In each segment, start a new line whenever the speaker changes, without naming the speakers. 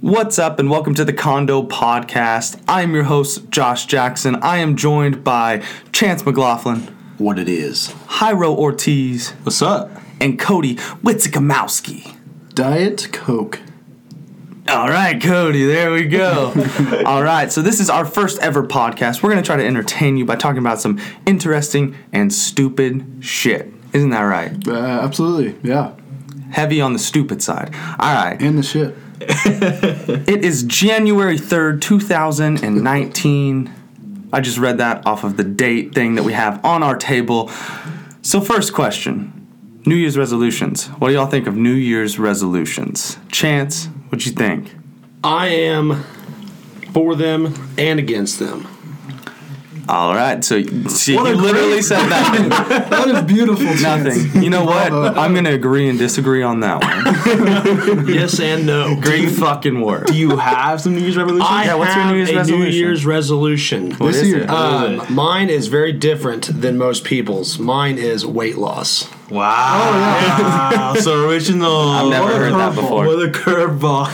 What's up, and welcome to the Condo Podcast. I'm your host, Josh Jackson. I am joined by Chance McLaughlin,
What it is.
Jairo Ortiz,
What's up?
and Cody Witzikamowski.
Diet Coke.
All right, Cody, there we go. All right, so this is our first ever podcast. We're going to try to entertain you by talking about some interesting and stupid shit. Isn't that right?
Uh, absolutely, yeah.
Heavy on the stupid side. All right.
And the shit.
It is January 3rd, 2019. I just read that off of the date thing that we have on our table. So, first question New Year's resolutions. What do y'all think of New Year's resolutions? Chance, what you think?
I am for them and against them.
All right, so see,
What
you
a
literally
great-
said that.
That is beautiful. Chance.
Nothing. You know what?
Bravo.
I'm going to agree and disagree on that one.
Yes and no.
Great fucking work.
Do you have some New Year's resolutions?
I
Yeah, what's your
have
New Year's
a
resolution?
New Year's resolution.
This
is
year. Uh,
it?
Um, mine is very different than most people's. Mine is weight loss.
wow. so original.
Oh, I've never
what a
heard that
curveball.
before.
What a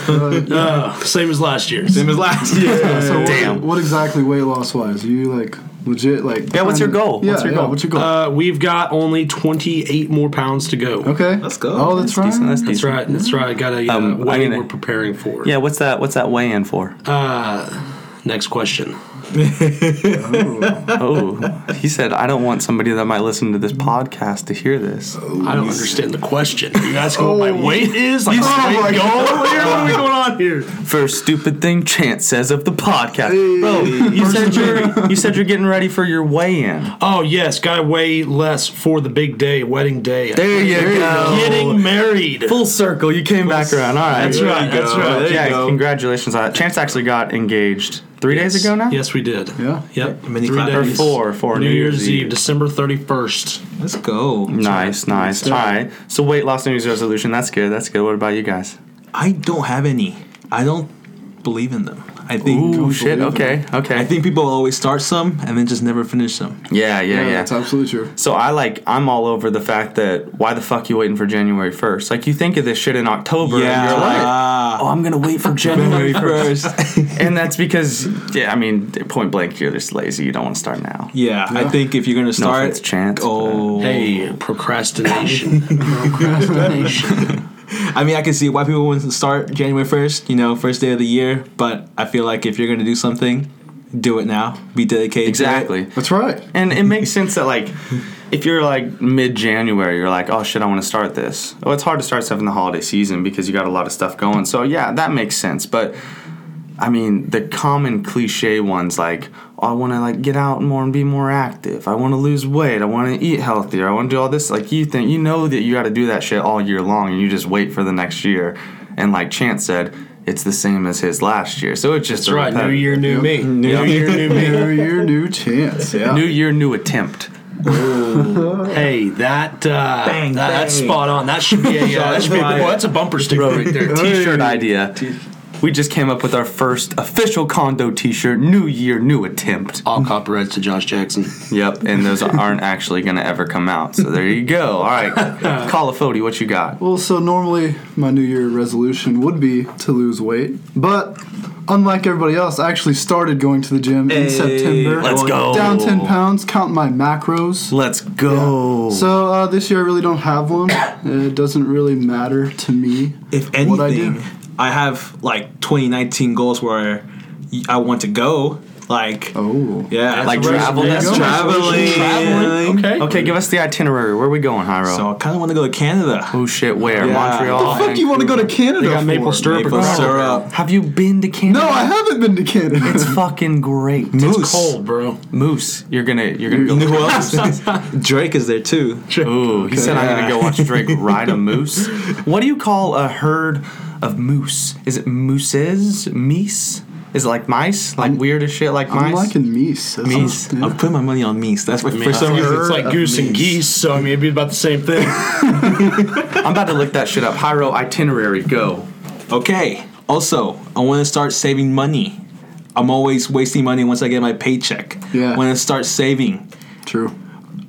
curveball.
Uh, same as last year's.
Same as last year.
So what-
Damn.
What, exactly weight loss wise? You like legit like.
Yeah, what's your
kinda-
goal?
Yeah,
What's your
yeah,
goal?
What's your goal?
Uh, we've got only 28 more pounds to go.
okay.
let's go.
Oh, that's,
That's
right.
decent, that's
That's
decent.
right. That's right. Got a uh,
Um, I'm
weigh
gonna-
we're preparing for.
Yeah, what's that? What's that weigh in for?
Next question.
Oh, he said, I don't want somebody that might listen to this podcast to hear this.
I don't understand the question. Are you asking what my weight is? Like,
Oh my
straight
God.
goal here? What are we going on here?
First stupid thing Chance says of the podcast. Bro, you said you're you said you're getting ready for your weigh-in.
Oh yes, gotta weigh less for the big day, wedding day.
There you go.
Getting married.
Full circle, you came back around. All right.
That's right.
you
That's
go.
right.
There you
yeah,
go.
congratulations on that. Chance actually got engaged three days ago now?
Yes, we did.
Yeah.
Yep.
Mini
Three
clap.
Or
days.
four for
New Year's Eve, December thirty first.
Let's go.
Nice, nice. All right. So weight loss New Year's resolution. That's good. That's good. What about you guys?
I don't have any. I don't believe in them. I think.
Ooh, shit. Okay.
I
Okay.
think people always start some and then just never finish them.
Yeah, yeah,
Yeah,
yeah.
that's absolutely true.
So I like I'm all over the fact that why the fuck you waiting for January 1st? Like you think of this shit in October and you're like,
Ah,
"Oh, I'm going to wait for January
January
1st."
first.
and that's because yeah, I mean, point blank you're just lazy. You don't want to start now.
yeah, I think if you're gonna start,
offense, Chance, but-
oh,
Hey, procrastination. procrastination.
I mean, I can see why people want to start January 1st, you know, first day of the year, but I feel like if you're going to do something, do it now. Be dedicated. to it.
Exactly.
That's right.
And it makes sense that like if you're like mid-January, you're like, "Oh shit, I want to start this." Oh, it's hard to start stuff in the holiday season because you got a lot of stuff going. So yeah, that makes sense. But I mean, the common cliche ones like, "Oh, I want to like get out more and be more active. I want to lose weight. I want to eat healthier. I want to do all this." Like you think you know that you got to do that shit all year long, and you just wait for the next year. And like Chance said, it's the same as his last year. So it's just
That's
a
right. New
repetitive-
year, new me. New year, new me.
New year, new chance. Yeah.
New year, new attempt.
Hey, that uh,
Bang,
that- that's
bang.
spot on. That should be a uh, that should be a,
Shots
well, that's a bumper sticker right there.
t-shirt idea. We just came up with our first official condo t-shirt, new year, new attempt.
All copyrights to Josh Jackson.
Yep, and those aren't actually going to ever come out. So there you go. All right. Colafoti, what you got?
Well, so normally my New Year resolution would be to lose weight, but unlike everybody else, I actually started going to the gym in
Hey,
September.
let's go.
Down 10 pounds, count my macros.
Let's go.
So uh, this year I really don't have one. It doesn't really matter to me.
If
What I do.
anything, I, have like 2019 goals where y- I want to go. Like,
Oh.
yeah.
Like travel
That's
next
a
time?
traveling.
Traveling. Okay.
Okay, give us the itinerary. Where are we going, Hyro?
So I kind of want to go to Canada.
oh shit, where?
Yeah.
Montreal.
What the fuck do you want to go to Canada
They got
for?
maple syrup.
Maple
across it.
syrup.
Have you been to Canada?
No, I haven't been to Canada.
It's fucking great.
It's
Moose.
cold, bro.
Moose, you're going to you're going
You
to
know
go
who else? Drake is there too.
Ooh, he said I'm gonna go watch Drake ride a moose. What do you call a herd of moose? Is it mooses? Meese? Is it like mice? Like weird as shit like
I'm
mice?
liking Meese. That sounds-
Meese.
yeah.
I'm putting my money on Meese. That's what for
It's
some reason.
like goose and geese, so I mean, it'd be about the same thing.
I'm about to look that shit up. Hyro itinerary, go.
Okay. Also, I want to start saving money. I'm always wasting money once I get my paycheck.
Yeah.
When I start saving,
True.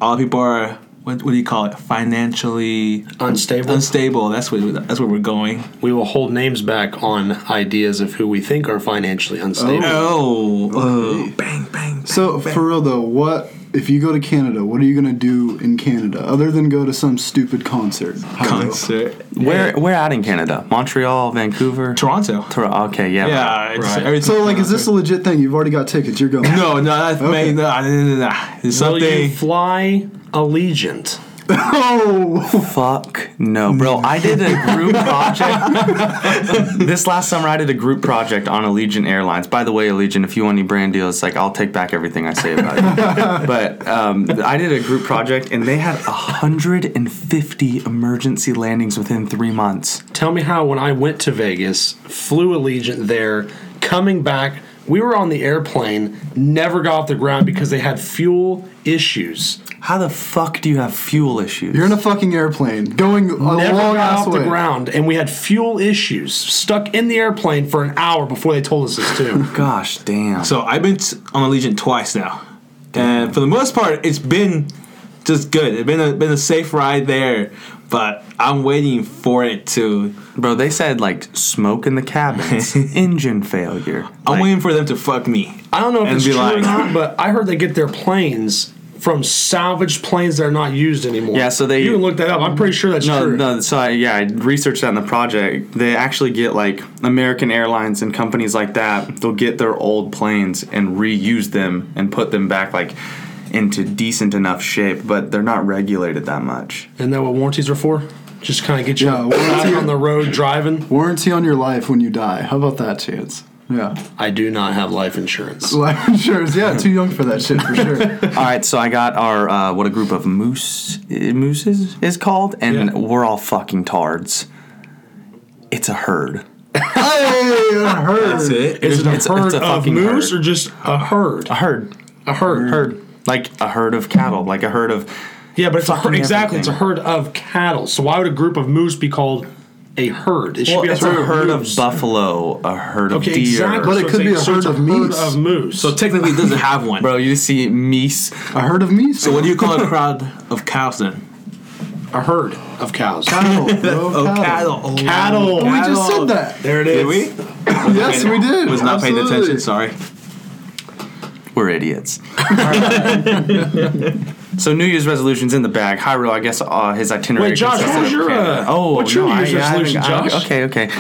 all people are what, what do you call it? Financially
Unstable.
unstable. That's what that's where we're going.
we will hold names back on ideas of who we think are financially unstable.
Oh, oh, bang, bang.
So for real though, what if you go to Canada? What are you gonna do in Canada other than go to some stupid concert?
concert.
Where where out in Canada? Montreal, Vancouver,
Toronto.
Tor- okay, yeah.
Yeah, it's,
Right.
everything-
So like, is this a legit thing? You've already got tickets. You're going.
No, no, that's okay. no, no, no, no, no. It's
Will you
something.
fly Allegiant?
Oh,
Fuck no, bro. I did a group project. this last summer, I did a group project on Allegiant Airlines. By the way, Allegiant, if you want any brand deals, like I'll take back everything I say about you. but um, I did a group project, and they had 150 emergency landings within three months.
Tell me how when I went to Vegas, flew Allegiant there, coming back, we were on the airplane, never got off the ground because they had fuel issues.
How the fuck do you have fuel issues?
you're in a fucking airplane going a
never
long
got
ass
off
way.
the ground, and we had fuel issues. Stuck in the airplane for an hour before they told us this too.
Gosh damn.
So I've been t- on Allegiant twice now, and for the most part, it's been just good. It's been a, been a safe ride there, but I'm waiting for it to.
Bro, they said like smoke in the cabins, engine failure.
I'm
Like,
waiting for them to fuck me.
I don't know if
And
it's
be
true or
like-
not, but I heard they get their planes from salvaged planes that are not used anymore.
Yeah, so they-
you can look that up. I'm pretty sure that's
no,
true.
no. So I, yeah, I researched that in the project. They actually get like American Airlines and companies like that. They'll get their old planes and reuse them and put them back like into decent enough shape, but they're not regulated that much.
Isn't that what warranties are for? Just kind of get you
Yeah,
back
warranty-
on the road driving.
Warranty on your life when you die. How about that chance? Yeah.
I do not have life insurance.
Life insurance. Yeah, too young for that shit for sure.
all right, so I got our uh, what a group of moose uh, mooses is called, and
Yeah.
we're all fucking tards. It's a herd.
hey, it hurts.
That's it.
Is it a
It's a-
herd
it's a
of
fucking
moose
herd.
or just a herd?
A herd.
A herd.
Herd. Like a herd of cattle. Like a herd of.
Yeah, but it's a herd.
Fucking
Exactly, it's a
everything.
herd of cattle. So why would a group of moose be called a herd? It should
Well,
be a
it's a
herd, of,
herd of
moose.
buffalo, a herd of
Okay,
deer.
exactly.
But it
So
could
it's
be a
so it's
herd of meese.
Herd of moose.
So technically, it doesn't have one.
Bro, you just see meese.
I heard of me.
So what do you call a crowd of cows then?
a herd of cows.
Cattle, bro,
Oh,
Cattle.
We just said that.
There it is.
Did we?
Yes, we did.
Was not paying
Absolutely.
attention. Sorry.
We're idiots. so New Year's resolution's in the bag. Hyro, I guess uh, his itinerary.
Wait, Josh, what
consisted
was
of
your,
Canada.
uh,
oh,
what's
no,
your New
I-
Year's
I haven't-
resolution,
I-
Josh?
okay, okay.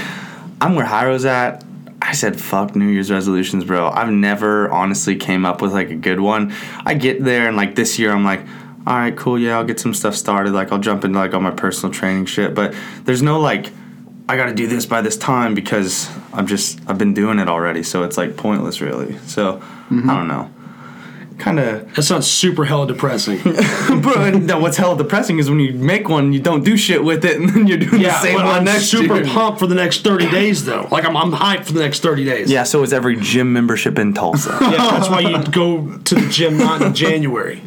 I'm where Hyro's at. I said fuck New Year's resolutions, bro. I've never honestly came up with like a good one. I get there and like this year, I'm like. All right, cool. Yeah, I'll get some stuff started. Like, I'll jump into like all my personal training shit. But there's no like, I got to do this by this time because I'm just I've been doing it already. So it's like pointless, really. So
Mm-hmm.
I don't know. Kind of
That sounds super hella depressing.
Bro, no, what's hell depressing is when you make one, you don't do shit with it, and then you're doing the
yeah,
same
but
one
I'm
next
super
year.
pumped for the next 30 days, though. Like, I'm, I'm hyped for the next 30 days.
Yeah, so is every gym membership in Tulsa.
Yeah, that's why you go to the gym not in January.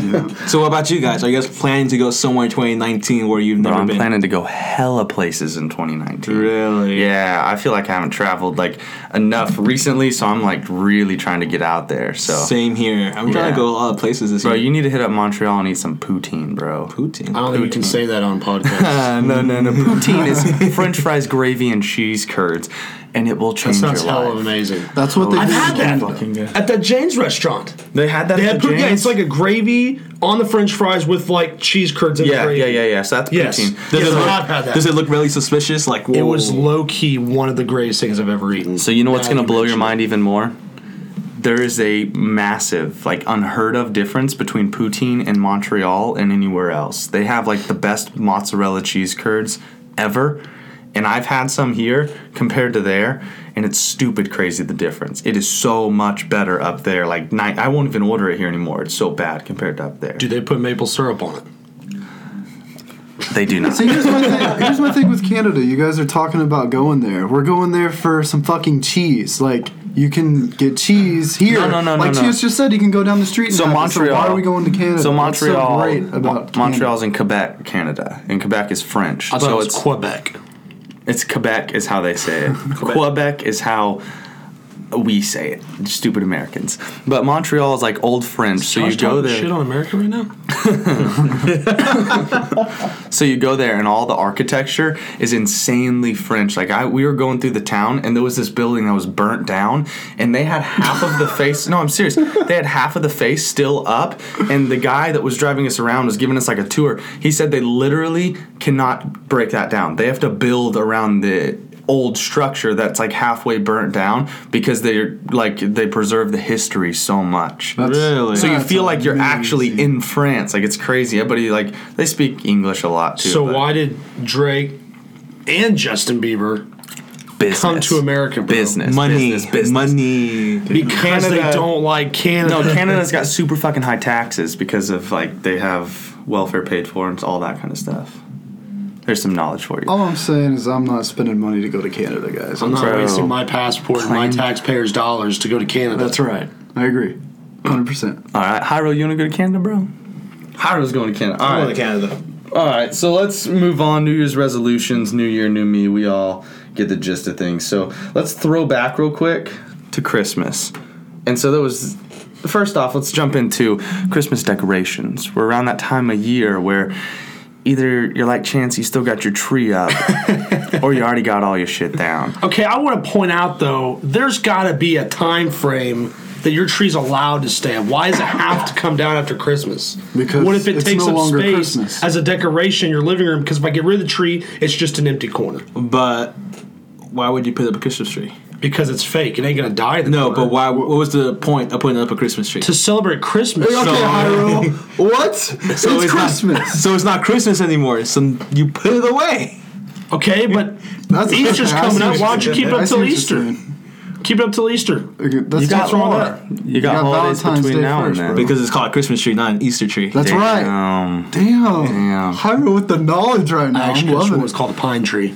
So what about you guys? Are you guys planning to go somewhere in 2019 where you've
Bro,
never
I'm
been?
planning to go hella places in 2019.
Really?
Yeah, I feel like I haven't traveled like enough recently, so I'm like really trying to get out there. So,
Same here. I'm trying
Yeah.
to go a lot of places this
bro,
year.
you need to hit up Montreal and eat some poutine, bro.
Putin.
I don't think we can say that on podcast.
Uh, no, no, no. Poutine is French fries, gravy, and cheese curds, and it will
That
change
sounds
your
hella
life.
amazing.
That's what they
I've
do.
had that
Fucking good.
at that Jane's restaurant.
They had that.
They
at
had
the
poutine. Yeah,
James?
it's like a gravy on the French fries with like cheese curds in the
yeah,
gravy.
yeah, yeah, yeah. So that's
Yes.
poutine.
Does,
Yes,
it look,
I've had that.
does it look really suspicious? Like whoa.
It was low key one of the greatest things I've ever eaten.
So you know what's
Now
going to blow your
mention
mind even more? There is a massive, like unheard of difference between poutine in Montreal and anywhere else. They have like the best mozzarella cheese curds ever, and I've had some here compared to there, and it's stupid crazy the difference. It is so much better up there. Like night, I won't even order it here anymore. It's so bad compared to up there.
it. Do they put maple syrup on it?
They do not.
See, here's my, thing, here's my thing with Canada. You guys are talking about going there. We're going there for some fucking cheese. Like, you can get cheese here.
No, no, no,
Like
no, no.
Tias just said, you can go down the street and
So
have it.
Montreal.
why are we going to Canada?
So
What's
Montreal.
great about
Mon-
Canada?
Montreal's in Quebec, Canada, and Quebec is French.
I thought
so
it was
it's
Quebec.
It's Quebec is how they say it. Quebec is how we say it, stupid Americans. But Montreal is like old French, so you
Josh
go
talking
there.
Shit on America right now.
So you go there, and all the architecture is insanely French. Like I, we were going through the town, and there was this building that was burnt down, and they had half of the face. No, I'm serious. They had half of the face still up, and the guy that was driving us around was giving us like a tour. He said they literally cannot break that down. They have to build around the old structure that's like halfway burnt down because they're like they preserve the history so much.
Really?
So you
that's
feel like you're
amazing.
actually in France. Like it's crazy. Everybody like they speak English a lot too.
so
but
why did Drake and Justin Bieber
business.
come to America? Bro?
Business.
money,
Business. business.
money.
because
Canada-
they don't like Canada.
No, Canada's got super fucking high taxes because of like they have welfare paid for and all that kind of stuff. There's some knowledge for you.
All I'm saying is I'm not spending money to go to Canada, guys.
Oh, I'm not
Bro.
wasting my passport and my taxpayers' dollars to go to Canada.
That's right. I agree. 100%.
All right, Hyro, you wanna go to Canada, bro? Hyro's going to Canada. All right.
Canada.
All right, so let's move on. New Year's resolutions, New Year, New Me. We all get the gist of things. So let's throw back real quick to Christmas. And so that was first off, let's jump into Christmas decorations. We're around that time of year where either you're like Chance, you still got your tree up, or you already got all your shit down.
Okay, I want to point out though, there's got to be a time frame that your tree's allowed to stay up. Why does it have to come down after Christmas?
Because
what if it
it's
takes
no
up
longer
space
Christmas.
as a decoration in your living room? Because if I get rid of the tree, it's just an empty corner
But why would you put up a Christmas tree?
because it's fake. It ain't gonna die. in the
No,
corner.
but why? What was the point of putting up a Christmas tree?
to celebrate Christmas.
So-
Hyrule. what? it's, Christmas.
Not, so it's not Christmas anymore. So you put it away.
okay, but
That's
Easter's
I see
coming up.
what
Why
you're
don't you keep
saying.
it up
I see
till
what you're
Easter?
saying.
keep it up till Easter.
Okay, That's
You got
what's wrong
more.
with that.
You got, holidays
Valentine's
between
Day
now
first,
and
bro.
then.
Because it's called a Christmas tree, not an Easter tree.
That's right.
Um,
Damn.
Damn.
Hyro with the knowledge right now. I'm
Actually, that's
loving
what it's
it.
called a pine tree.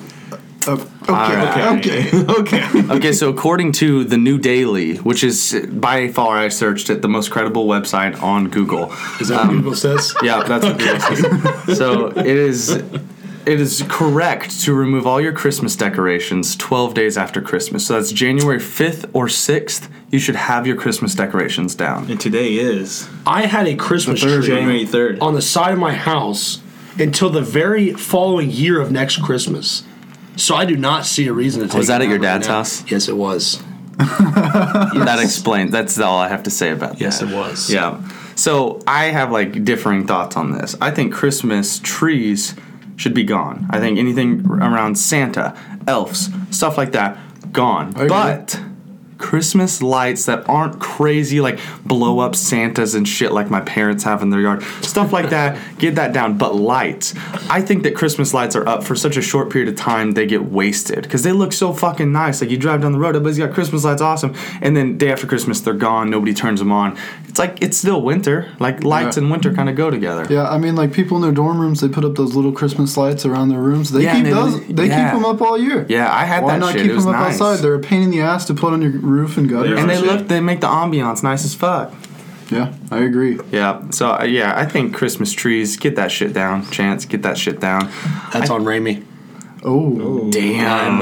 Uh, okay,
right.
okay, okay.
okay.
Okay, so according to the New Daily, which is by far I searched it the most credible website on Google.
Is that what Google says?
Yeah, that's what it is. So it is. It is correct to remove all your Christmas decorations 12 days after Christmas. So that's January 5th or 6th. You should have your Christmas decorations down.
And today is
I had a Christmas tree.
January third.
on the side of my house until the very following year of next Christmas. So I do not see a reason to take.
that
it
at your
down right
dad's
now.
house?
Yes, it was.
That explains. That's all I have to say about
Yes,
that.
it was.
Yeah. So I have like differing thoughts on this. I think Christmas trees should be gone. I think anything around Santa, elves, stuff like that, gone.
agree.
But Christmas lights that aren't crazy, like blow up Santas and shit, like my parents have in their yard, stuff like that, get that down. But lights, I think that Christmas lights are up for such a short period of time, they get wasted because they look so fucking nice. Like you drive down the road, everybody's got Christmas lights, awesome, and then day after Christmas, they're gone. Nobody turns them on. It's like it's still winter. Like lights
Yeah.
and winter kind of go together.
Yeah, I mean, like people in their dorm rooms, they put up those little Christmas lights around their rooms. They
Yeah,
keep
and they-
those. They
yeah.
keep them up all year.
Yeah, I had
Why
that
not
shit.
keep
it was
them up
nice.
outside? They're a pain in the ass to put on your roof and gutters.
and they
Yeah.
look, they make the ambiance nice as fuck.
yeah, I agree.
Yeah. So uh, yeah, I think Christmas trees get that shit down. Chance, get that shit down.
That's on Raimi.
Oh,
Damn,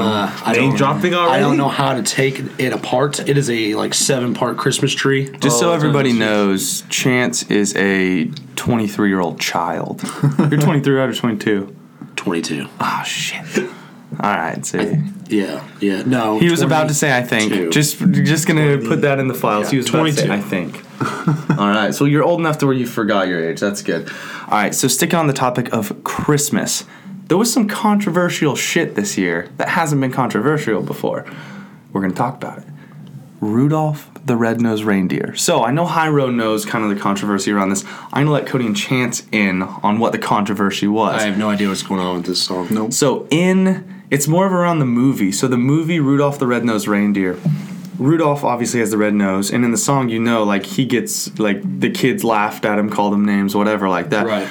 Um,
uh, I don't
dropping
I
already?
don't know how to take it apart. It is a like seven part Christmas tree.
Just so
Oh,
everybody
that's-
knows, Chance is a 23 year old child. You're 23 right, or 22.
Twenty two.
Oh shit. All right, see.
Yeah, yeah. No,
He was about
20.
to say, I think.
22.
Just, just gonna put that in the files.
Yeah,
he was about to say,
22.
I think. All right, so you're old enough to where you forgot your age. That's good. All right, so sticking on the topic of Christmas, there was some controversial shit this year that hasn't been controversial before. We're gonna talk about it. Rudolph the Red-Nosed Reindeer. So I know Hyro knows kind of the controversy around this. I'm gonna let Cody and Chance in on what the controversy was.
I have no idea what's going on with this song.
Nope.
So in it's more of around the movie. So the movie Rudolph the Red-Nosed Reindeer. Rudolph obviously has the red nose, and in the song you know like he gets like the kids laughed at him, called him names, whatever like that.
Right.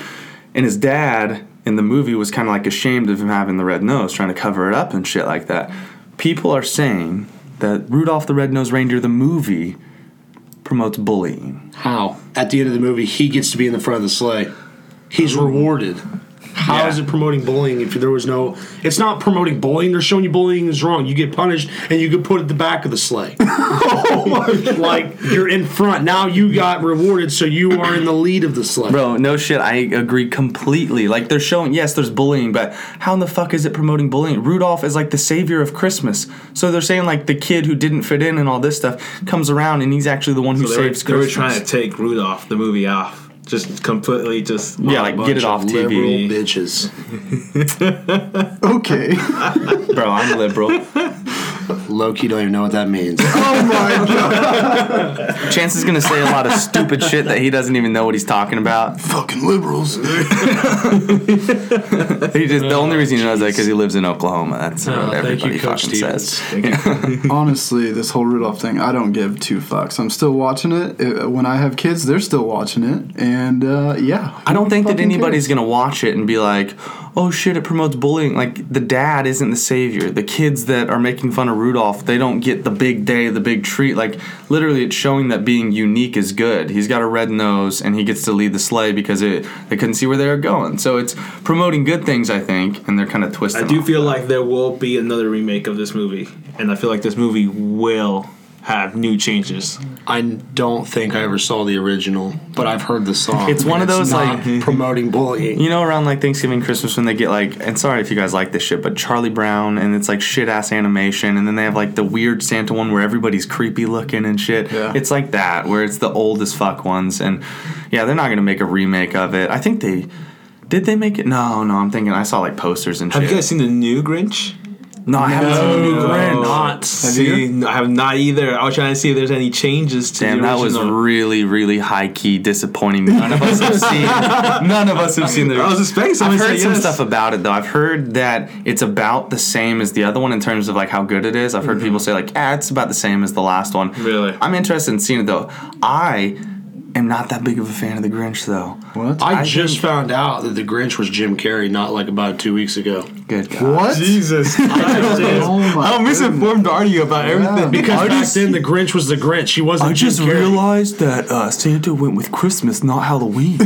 And his dad in the movie was kind of like ashamed of him having the red nose, trying to cover it up and shit like that. People are saying that Rudolph the Red-Nosed Reindeer the movie promotes bullying.
Uh-huh. How at the end of the movie he gets to be in the front of the sleigh. He's rewarded. How is
Yeah.
it promoting bullying if there was no? It's not promoting bullying. They're showing you bullying is wrong. You get punished, and you get put at the back of the sleigh. Oh like you're in front now. You got rewarded, so you are in the lead of the sleigh.
Bro, no shit. I agree completely. Like they're showing, yes, there's bullying, but how in the fuck is it promoting bullying? Rudolph is like the savior of Christmas. So they're saying like the kid who didn't fit in and all this stuff comes around and he's actually the one who
They were,
saves
they were
Christmas.
trying to take Rudolph the movie off, just completely, just
Yeah, like, get it off TV.
Liberal bitches.
Okay. oh
Bro, I'm liberal.
Loki don't even know what that means.
my god.
Chance is gonna say a lot of stupid shit that he doesn't even know what he's talking about.
Fucking liberals.
He just the only reason he knows that because he lives in Oklahoma. That's what
thank
everybody
you, Coach
fucking
Stevens.
says.
Honestly, this whole Rudolph thing, I don't give two fucks. I'm still watching it. Uh, When I have kids, they're still watching it. And uh, yeah.
I don't think that
Fucking
anybody's
cares?
gonna watch it and be like, "Oh shit, it promotes bullying." Like the dad isn't the savior. The kids that are making fun of Rudolph, they don't get the big day, the big treat. Like literally, it's showing that being unique is good. He's got a red nose and he gets to lead the sleigh because it they couldn't see where they were going. So it's promoting good things, I think, and they're kind of twisting.
I do
off
feel
that.
like there will be another remake of this movie, and I feel like this movie will have new changes.
I don't think I ever saw the original, but I've heard the song.
It's one of those,
not promoting bullying.
You know, around like Thanksgiving, Christmas, when they get like, and sorry if you guys like this shit, but Charlie Brown, and it's like shit ass animation, and then they have like the weird Santa one where everybody's creepy looking and shit.
Yeah.
It's like that, where it's the old as fuck ones, and yeah, they're not gonna make a remake of it. I think they. Did they make it? No, no. I'm thinking I saw like posters and
Have
shit.
you guys seen the new Grinch?
no, I haven't seen the new
Oh.
Grinch.
Not seen. I have not either. I was trying to see if there's any changes to
Damn,
the
that was
original.
really, really high key disappointing. None of us have seen. None of us have seen the.
I was expecting someone
I've
to
heard
say
some
yes.
stuff about it though. I've heard that it's about the same as the other one in terms of like how good it is. I've heard people say like, "Ah, it's about the same as the last one."
Really?
I'm interested in seeing it though. I am not that big of a fan of the Grinch though.
What?
I, just found out that the Grinch was Jim Carrey not like about two weeks ago.
Good God.
what?
Jesus,
Oh my
how misinformed are you about everything?
Because
I
back
just-
then the Grinch was the Grinch. He wasn't.
I
Jim
just
Carrey.
realized that uh, Santa went with Christmas, not Halloween.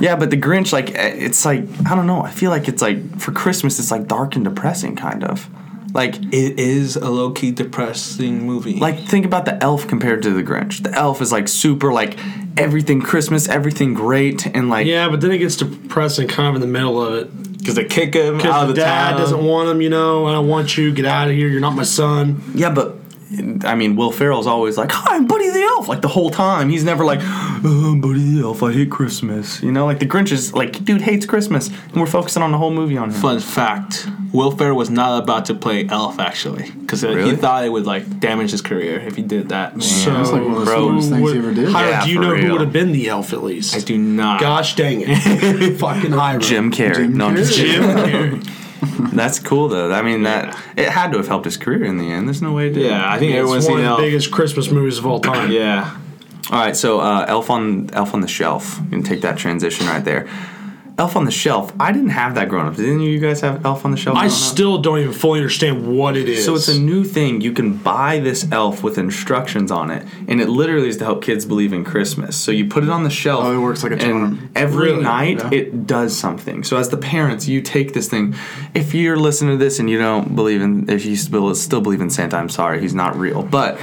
yeah, but the Grinch, like, eh, it's like I don't know. I feel like it's like for Christmas, it's like dark and depressing, kind of. Like
it is a low key depressing movie.
like think about the elf compared to the grinch the elf is like super like everything christmas everything great and like
Yeah, but then it gets depressing, kind of in the middle of it.
because they kick him out
Because
of
the
the
dad
town.
doesn't want him. You know, I don't want you. Get out of here. You're not my son.
yeah but i mean will ferrell's always like hi i'm buddy the elf like the whole time he's never like oh, I'm buddy the elf i hate christmas you know like the grinch is like dude hates christmas and we're focusing on the whole movie on him
Fun fact: Will Ferrell was not about to play Elf actually, because
Really?
he thought it would like damage his career if he did that.
That's like one of the
Bro,
smartest things you ever did.
Hiram,
Yeah,
do you
for
know who
real.
would have been the elf at least?
I do not.
Gosh dang it! Fucking Hiram.
jim carrey
Jim
no I'm just
Carrey.
kidding.
Jim Carrey.
that's cool though i mean that it had to have helped his career in the end there's no way it did
yeah, I think everyone's
It's one of
seen
the
Elf.
biggest Christmas movies of all time.
Yeah,
All right, so uh, Elf on Elf on the Shelf. You can take that transition right there. Elf on the Shelf. I didn't have that growing up. Didn't you guys have Elf on the Shelf?
I
growing up?
still don't even fully understand what it is.
So it's a new thing. You can buy this elf with instructions on it, and it literally is to help kids believe in Christmas. So you put it on the shelf.
Oh, it works like a charm.
And every
Really?
night
Yeah.
it does something. So as the parents, you take this thing. If you're listening to this and you don't believe in, if you still still believe in Santa, I'm sorry, he's not real. But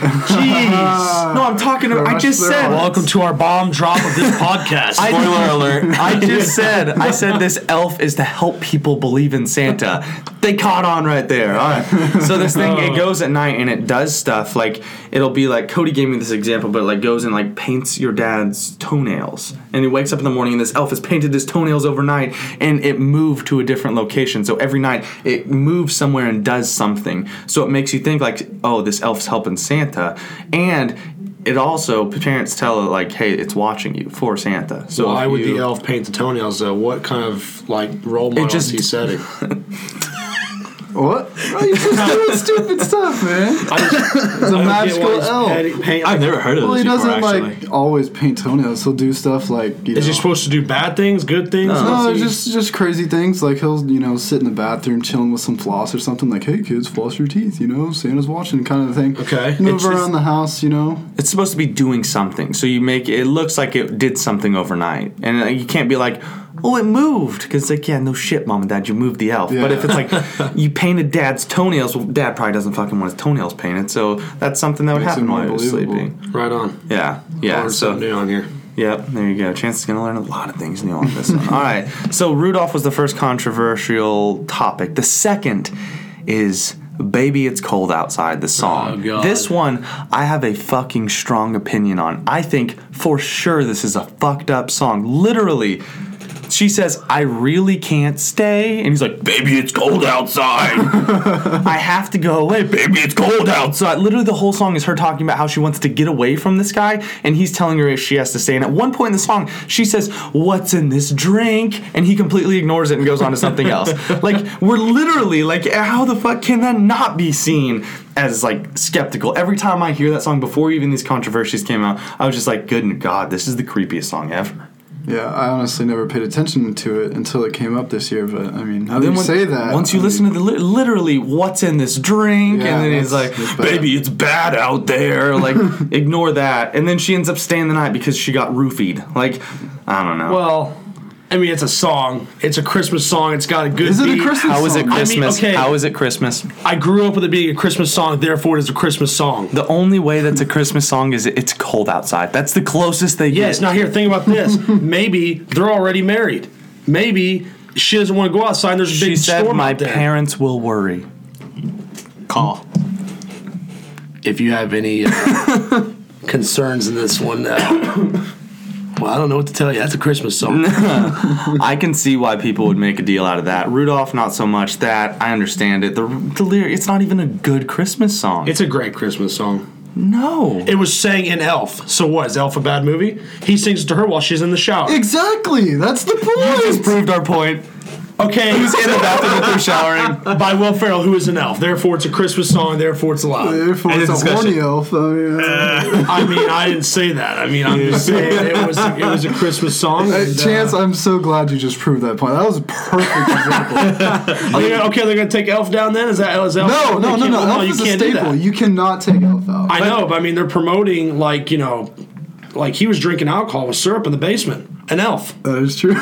jeez, no, I'm talking. About, I
Crush
just
their
said.
hearts.
Welcome to our bomb drop of this podcast.
Spoiler alert. I just said I said this elf is to help people believe in Santa. They caught on right there. All right. So this thing it goes at night and it does stuff like it'll be like Cody gave me this example, but it like goes and like paints your dad's toenails. And he wakes up in the morning and this elf has painted his toenails overnight and it moved to a different location. So every night it moves somewhere and does something. So it makes you think like, oh, this elf's helping Santa. And it also parents tell it like, hey, it's watching you for Santa. So
Why
if
would
you-
the elf paint the toenails though? What kind of like role model
just-
is he setting?
What? Why are you just doing stupid stuff, man?
I just,
It's a
I don't get why
magical
he's
elf.
petty- petty-
I've never heard of
Well,
this
he
before,
doesn't
actually.
like always paint toenails. He'll do stuff like you
Is
know.
he supposed to do bad things, good things? What's
no,
he-
just just crazy things like he'll you know sit in the bathroom chilling with some floss or something like hey kids floss your teeth you know Santa's watching kind of thing.
Okay.
move
It's-
around the house you know.
It's supposed to be doing something. So you make it looks like it did something overnight. And uh, you can't be like, oh, it moved. Because, like, yeah, no shit, mom and dad, you moved the elf. But if it's like you painted dad's toenails, well, dad probably doesn't fucking want his toenails painted. So that's something that would
Makes it
happen
more
while he was
believable.
sleeping.
right on.
Yeah. Yeah.
Learn
So,
something new on here.
Yep, there you go. Chance is going to learn a lot of things new on this one. All right. So Rudolph was the first controversial topic. The second is Baby It's Cold Outside, the song.
Oh, God.
This one I have a fucking strong opinion on. I think for sure this is a fucked up song. Literally, she says, I really can't stay. And he's like, Baby, it's cold outside. I have to go away. Baby, it's cold outside. Literally, the whole song is her talking about how she wants to get away from this guy, and he's telling her if she has to stay. And at one point in the song, she says, What's in this drink? And he completely ignores it and goes on to something else. like, we're literally like, how the fuck can that not be seen? As like skeptical. Every time I hear that song, before even these controversies came out, I was just like, "Good God, this is the creepiest song ever."
Yeah, I honestly never paid attention to it until it came up this year. But I mean, how do
Then
you
when-
say that?
Once you
I
listen to the li- literally what's in this drink,
Yeah,
and then he's
that's-
like,
that's bad.
"Baby, it's bad out there." Like, ignore that, and then she ends up staying the night because she got roofied. Like, I don't know.
Well, I mean, it's a song. It's a Christmas song. It's got a good.
Is it a
beat.
Christmas
how is
I
it
mean,
Christmas?
okay.
How is it Christmas?
I grew up with it being a Christmas song. Therefore, it is a Christmas song.
The only way that's a Christmas song is it's cold outside. That's the closest they
Yes.
get.
Now here, think about this. Maybe they're already married. Maybe she doesn't want to go outside. And there's a
She
big
said,
storm
"My
out there.
parents will worry."
Call.
if you have any uh, concerns in this one, uh, well, I don't know what to tell you. That's a Christmas song.
I can see why people would make a deal out of that. Rudolph, not so much. That I understand it. The the lyric, it's not even a good Christmas song.
It's a great Christmas song.
no.
It was sang in Elf. So what? Is Elf a bad movie? He sings it to her while she's in the shower.
exactly. That's the
just
point.
proved our point.
Okay,
Who's in the bathroom with them showering?
by Will Ferrell, who is an elf. Therefore, it's a Christmas song. Therefore, it's allowed.
Therefore,
End of
it's a
discussion.
horny elf. I mean, uh,
I mean, I didn't say that. I mean, I'm just saying it was it was a Christmas song.
hey,
and, uh,
Chance, I'm so glad you just proved that point. That was a perfect example.
they're gonna- okay, they're gonna take Elf down. Then is that is Elf?
No, no,
they
no,
can't-
no.
well,
Elf
you
is a
can't do that.
staple. You cannot take elf out.
I know, but I mean, they're promoting like you know, like he was drinking alcohol with syrup in the basement. An elf
that is true.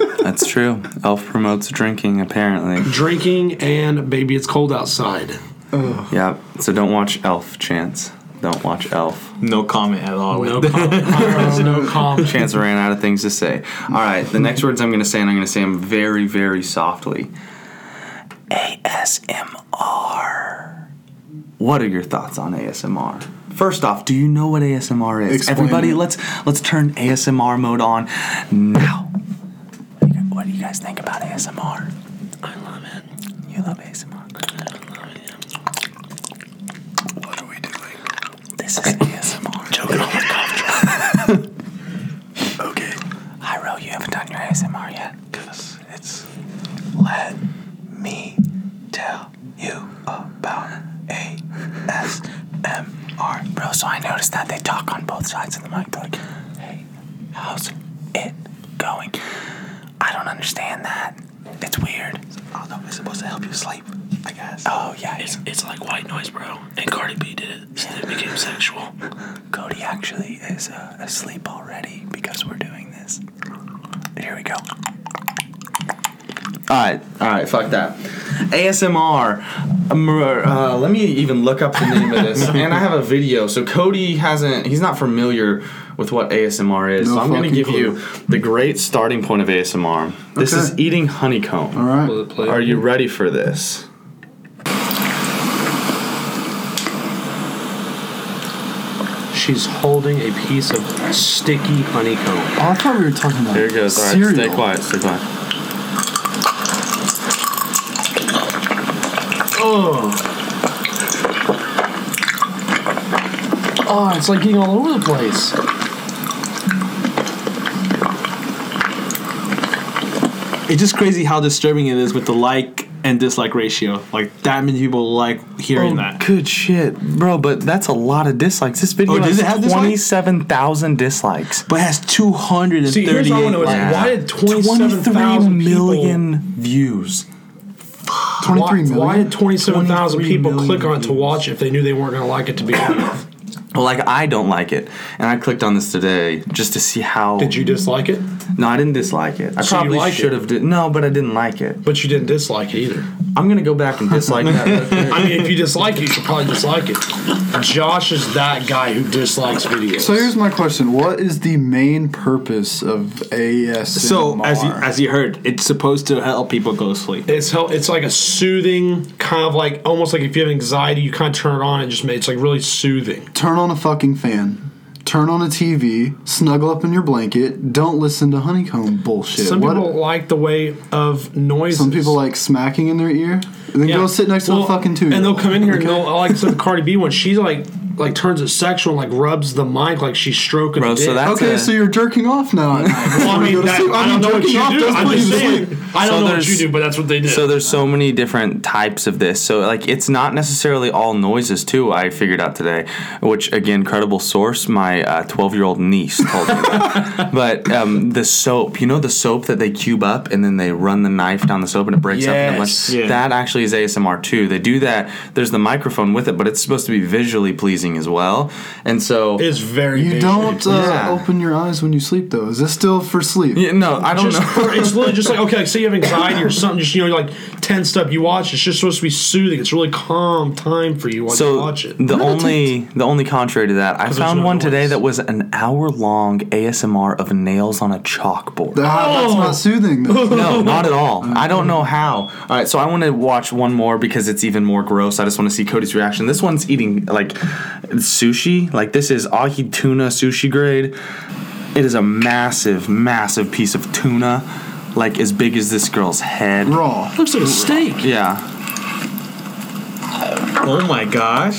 That's true. Elf promotes drinking, apparently.
drinking and baby, it's cold outside.
Yep. So don't watch Elf, Chance. Don't watch Elf.
No comment at all.
No comment. There's no comment.
Chance ran out of things to say. All right. The next words I'm going to say, and I'm going to say them very, very softly. ASMR. What are your thoughts on ASMR? First off, do you know what ASMR is?
Explain
Everybody,
it.
let's let's turn ASMR mode on now. What do you guys think about ASMR? You love ASMR. What are we doing? This is ASMR. Choking on my cough drop. okay. Hyro, you haven't done your ASMR yet. Because it's. Let me tell you about ASMR. Bro, so I noticed that they talk on both sides of the mic. They're like, hey, how's it going? I don't understand that. It's weird. Although it's supposed to help you sleep, I guess. Oh, yeah. It's, it's like white noise, bro. And Cardi B did it, so it became sexual. Cody actually is uh, asleep already because we're doing this. Here we go. All right, all right, fuck that. ASMR. Um, uh, let me even look up the name of this. and I have a video. So Cody hasn't. He's not familiar with what ASMR is.
No
so I'm going to
fucking
give
clue.
you the great starting point of ASMR. This
Okay.
is eating honeycomb.
All right.
Are you ready for this?
She's holding a piece of sticky honeycomb.
I thought we were talking about
Here it goes. All right,
cereal.
stay quiet. Stay quiet.
Oh, it's like getting all over the place.
It's just crazy how disturbing it is with the like and dislike ratio. Like that many people like hearing that.
Good shit, bro. But that's a lot of dislikes. This video
Oh, does
has
it have dislikes?
twenty-seven thousand dislikes.
But it has two hundred and
See, here's
thirty
all I want to know is
likes.
likes.
why did
23
27,000 people,
million views.
Twenty three
why,
million.
why did 27,000
23
people
million
click on it to watch it if they knew they weren't going to like it to begin with?
Well, like I don't like it, and I clicked on this today just to see how.
Did you dislike it?
No, I didn't dislike it. I
So you
probably
like
should
it?
have. Di- no, but I didn't like it.
But you didn't dislike it either.
I'm gonna go back and dislike that. real quick.
I mean, if you dislike it, you should probably dislike it. Josh is that guy who dislikes videos.
So here's my question: What is the main purpose of ASMR?
So as you, as you heard, it's supposed to help people go to sleep.
it's hel- it's like a soothing kind of like almost like if you have anxiety, you kind of turn it on. It just ma- it's like really soothing.
turn on a fucking fan, turn on a TV, snuggle up in your blanket. Don't listen to honeycomb bullshit.
Some
What-
people like the way of noises.
some people like smacking in their ear, and then
Yeah.
go sit next to
Well,
a fucking two.
And they'll come in here and they'll I like some Cardi B one. She's like like turns it sexual and like rubs the mic like she's stroking.
Bro,
the
so
dick.
that's
Okay,
a-
so you're jerking off now. at night.
Well, I mean,
go to
that-
sleep. I
I
mean,
don't know what
jerking
you
off
do.
does
I'm
put
just
you to
saying. I
So
don't know what
there's-
you do, but that's what they did.
so there's so many different types of this. So like it's not necessarily all noises too. I figured out today, which again, credible source. My twelve year old niece told me. That. but um, the soap, you know, the soap that they cube up and then they run the knife down the soap and it breaks up. And it
Yes.
lets-
Yeah.
That actually is ASMR too. They do that. There's the microphone with it, but it's supposed to be visually pleasing as well. And so.
it's very
You
big.
don't uh,
Yeah.
open your eyes when you sleep, though. Is this still for sleep?
Yeah, no, I don't
Just
know.
for, it's literally just like okay, like say you have anxiety or something, just you know, like tensed up. You watch, it's just supposed to be soothing. It's really calm time for you while you watch it.
the
Meditate.
only the only contrary to that, I
there's
found
no
one today
noise.
that was an hour long ASMR of nails on a chalkboard.
Ah, That's
Oh.
not soothing, though.
no, not at all. I
Mm.
don't know how. All right, so I want to watch one more because it's even more gross. I just want to see Cody's reaction. This one's eating like sushi. Like this is ahi tuna sushi grade. It is a massive, massive piece of tuna, like as big as this girl's head.
Raw.
Looks like a steak.
Yeah,
Oh my gosh!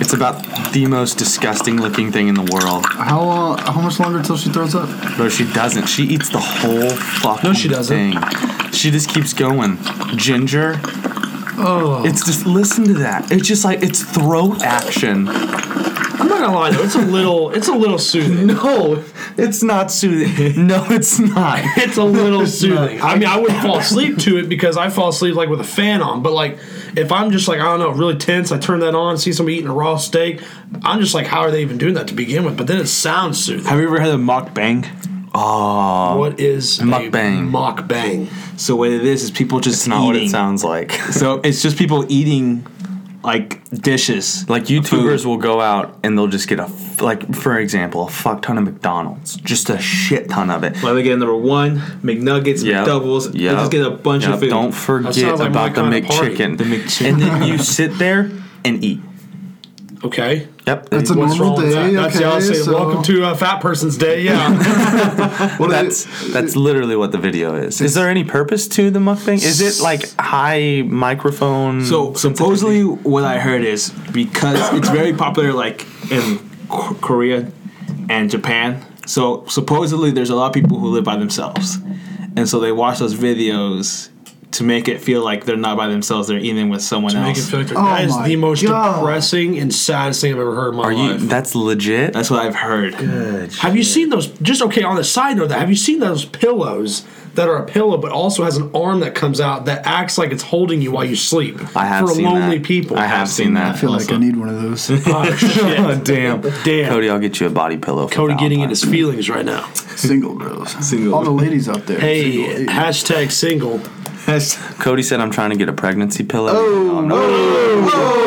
it's about the most disgusting looking thing in the world.
How long? How much longer till she throws up?
Bro, she doesn't. She eats the whole fucking
No, she doesn't.
thing. She just keeps going. Ginger. Oh. It's just listen to that. It's just like it's throat action.
I'm not gonna lie though, it's a little, it's a little soothing.
No, it's not soothing. No, it's not.
It's a little soothing. I mean, I wouldn't fall asleep to it because I fall asleep like with a fan on. But like, if I'm just like I don't know, really tense, I turn that on, see somebody eating a raw steak. I'm just like, how are they even doing that to begin with? But then it sounds soothing.
Have you ever heard of mukbang?
What is
Mukbang.
Mock bang.
So what it is is people just
It's not what it
eating.
sounds like.
So it's just people eating like dishes.
Like YouTubers will go out and they'll just get a f- like for example a fuck ton of McDonald's, just a shit ton of it.
Well, they get number one, McNuggets,
Yep.
McDoubles. They
Yep.
just get a bunch
Yep.
of food.
Don't forget
sounds like my
about the
kind of party.
McChicken.
The McChicken.
And then you sit there and eat.
Okay.
Yep.
That's a
What's
normal
wrong with
day.
that? That's
okay,
y'all say,
so
welcome to uh, Fat Person's Day. Yeah.
What is
That's that's literally what the video is. Is there any purpose to the mukbang? Is it like high microphone?
So supposedly, what I heard is because it's very popular, like in K- Korea and Japan. So supposedly, there's a lot of people who live by themselves, and so they watch those videos to make it feel like they're not by themselves; they're eating with someone
Make it
else.
feel like they're-
Oh
that is
my
the most
God.
depressing and saddest thing I've ever heard in my
are you?
life.
That's legit.
That's what I've heard.
Have you seen those? Just okay. On the side note, that have you seen those pillows that are a pillow, but also has an arm that comes out that acts like it's holding you while you sleep?
I have
for
seen
lonely
that.
people.
I have seen
I
that.
feel like I need one of those.
Oh, damn,
Damn.
Cody, I'll get you a body pillow. For
Cody getting in his
Valentine's.
feelings right now.
Single girls.
Single.
All the ladies out there.
Hey,
Single.
hashtag single.
That's-
Cody said, "I'm trying to get a pregnancy pillow."
Oh,
Oh, No, I'm not.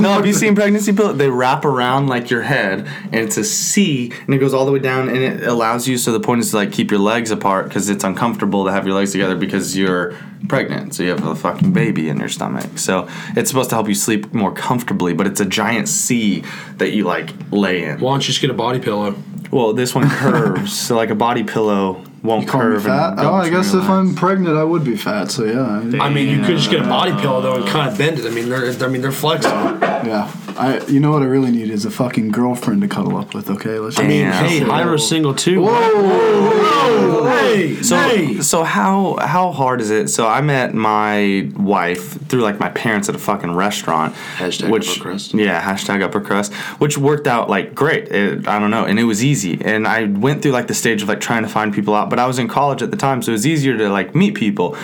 No, have you seen pregnancy pillow? They wrap around like your head, and it's a C, and it goes all the way down, and it allows you. So the point is to like keep your legs apart because it's uncomfortable to have your legs together because you're pregnant, so you have a fucking baby in your stomach. So it's supposed to help you sleep more comfortably, but it's a giant C that you like lay in.
Why don't you just get a body pillow?
Well, this one curves, so like a body pillow won't
Call me
curve.
fat?
and
Oh,
don't
I guess if
relax.
I'm pregnant, I would be fat. So yeah.
I mean, you could just get a body pillow though and kind of bend it. I mean, they're I mean they're flexible.
yeah. I, you know what I really need is a fucking girlfriend to cuddle up with. Okay, let's.
Damn.
just-
Yeah.
Hey,
Whoa.
Ira's single too. Hey,
So
hey.
so how how hard is it? So I met my wife through like my parents at a fucking restaurant.
Hashtag
which,
upper crust.
Yeah, hashtag upper crust, which worked out like great. It, I don't know, and it was easy. And I went through like the stage of like trying to find people out, but I was in college at the time, so it was easier to like meet people.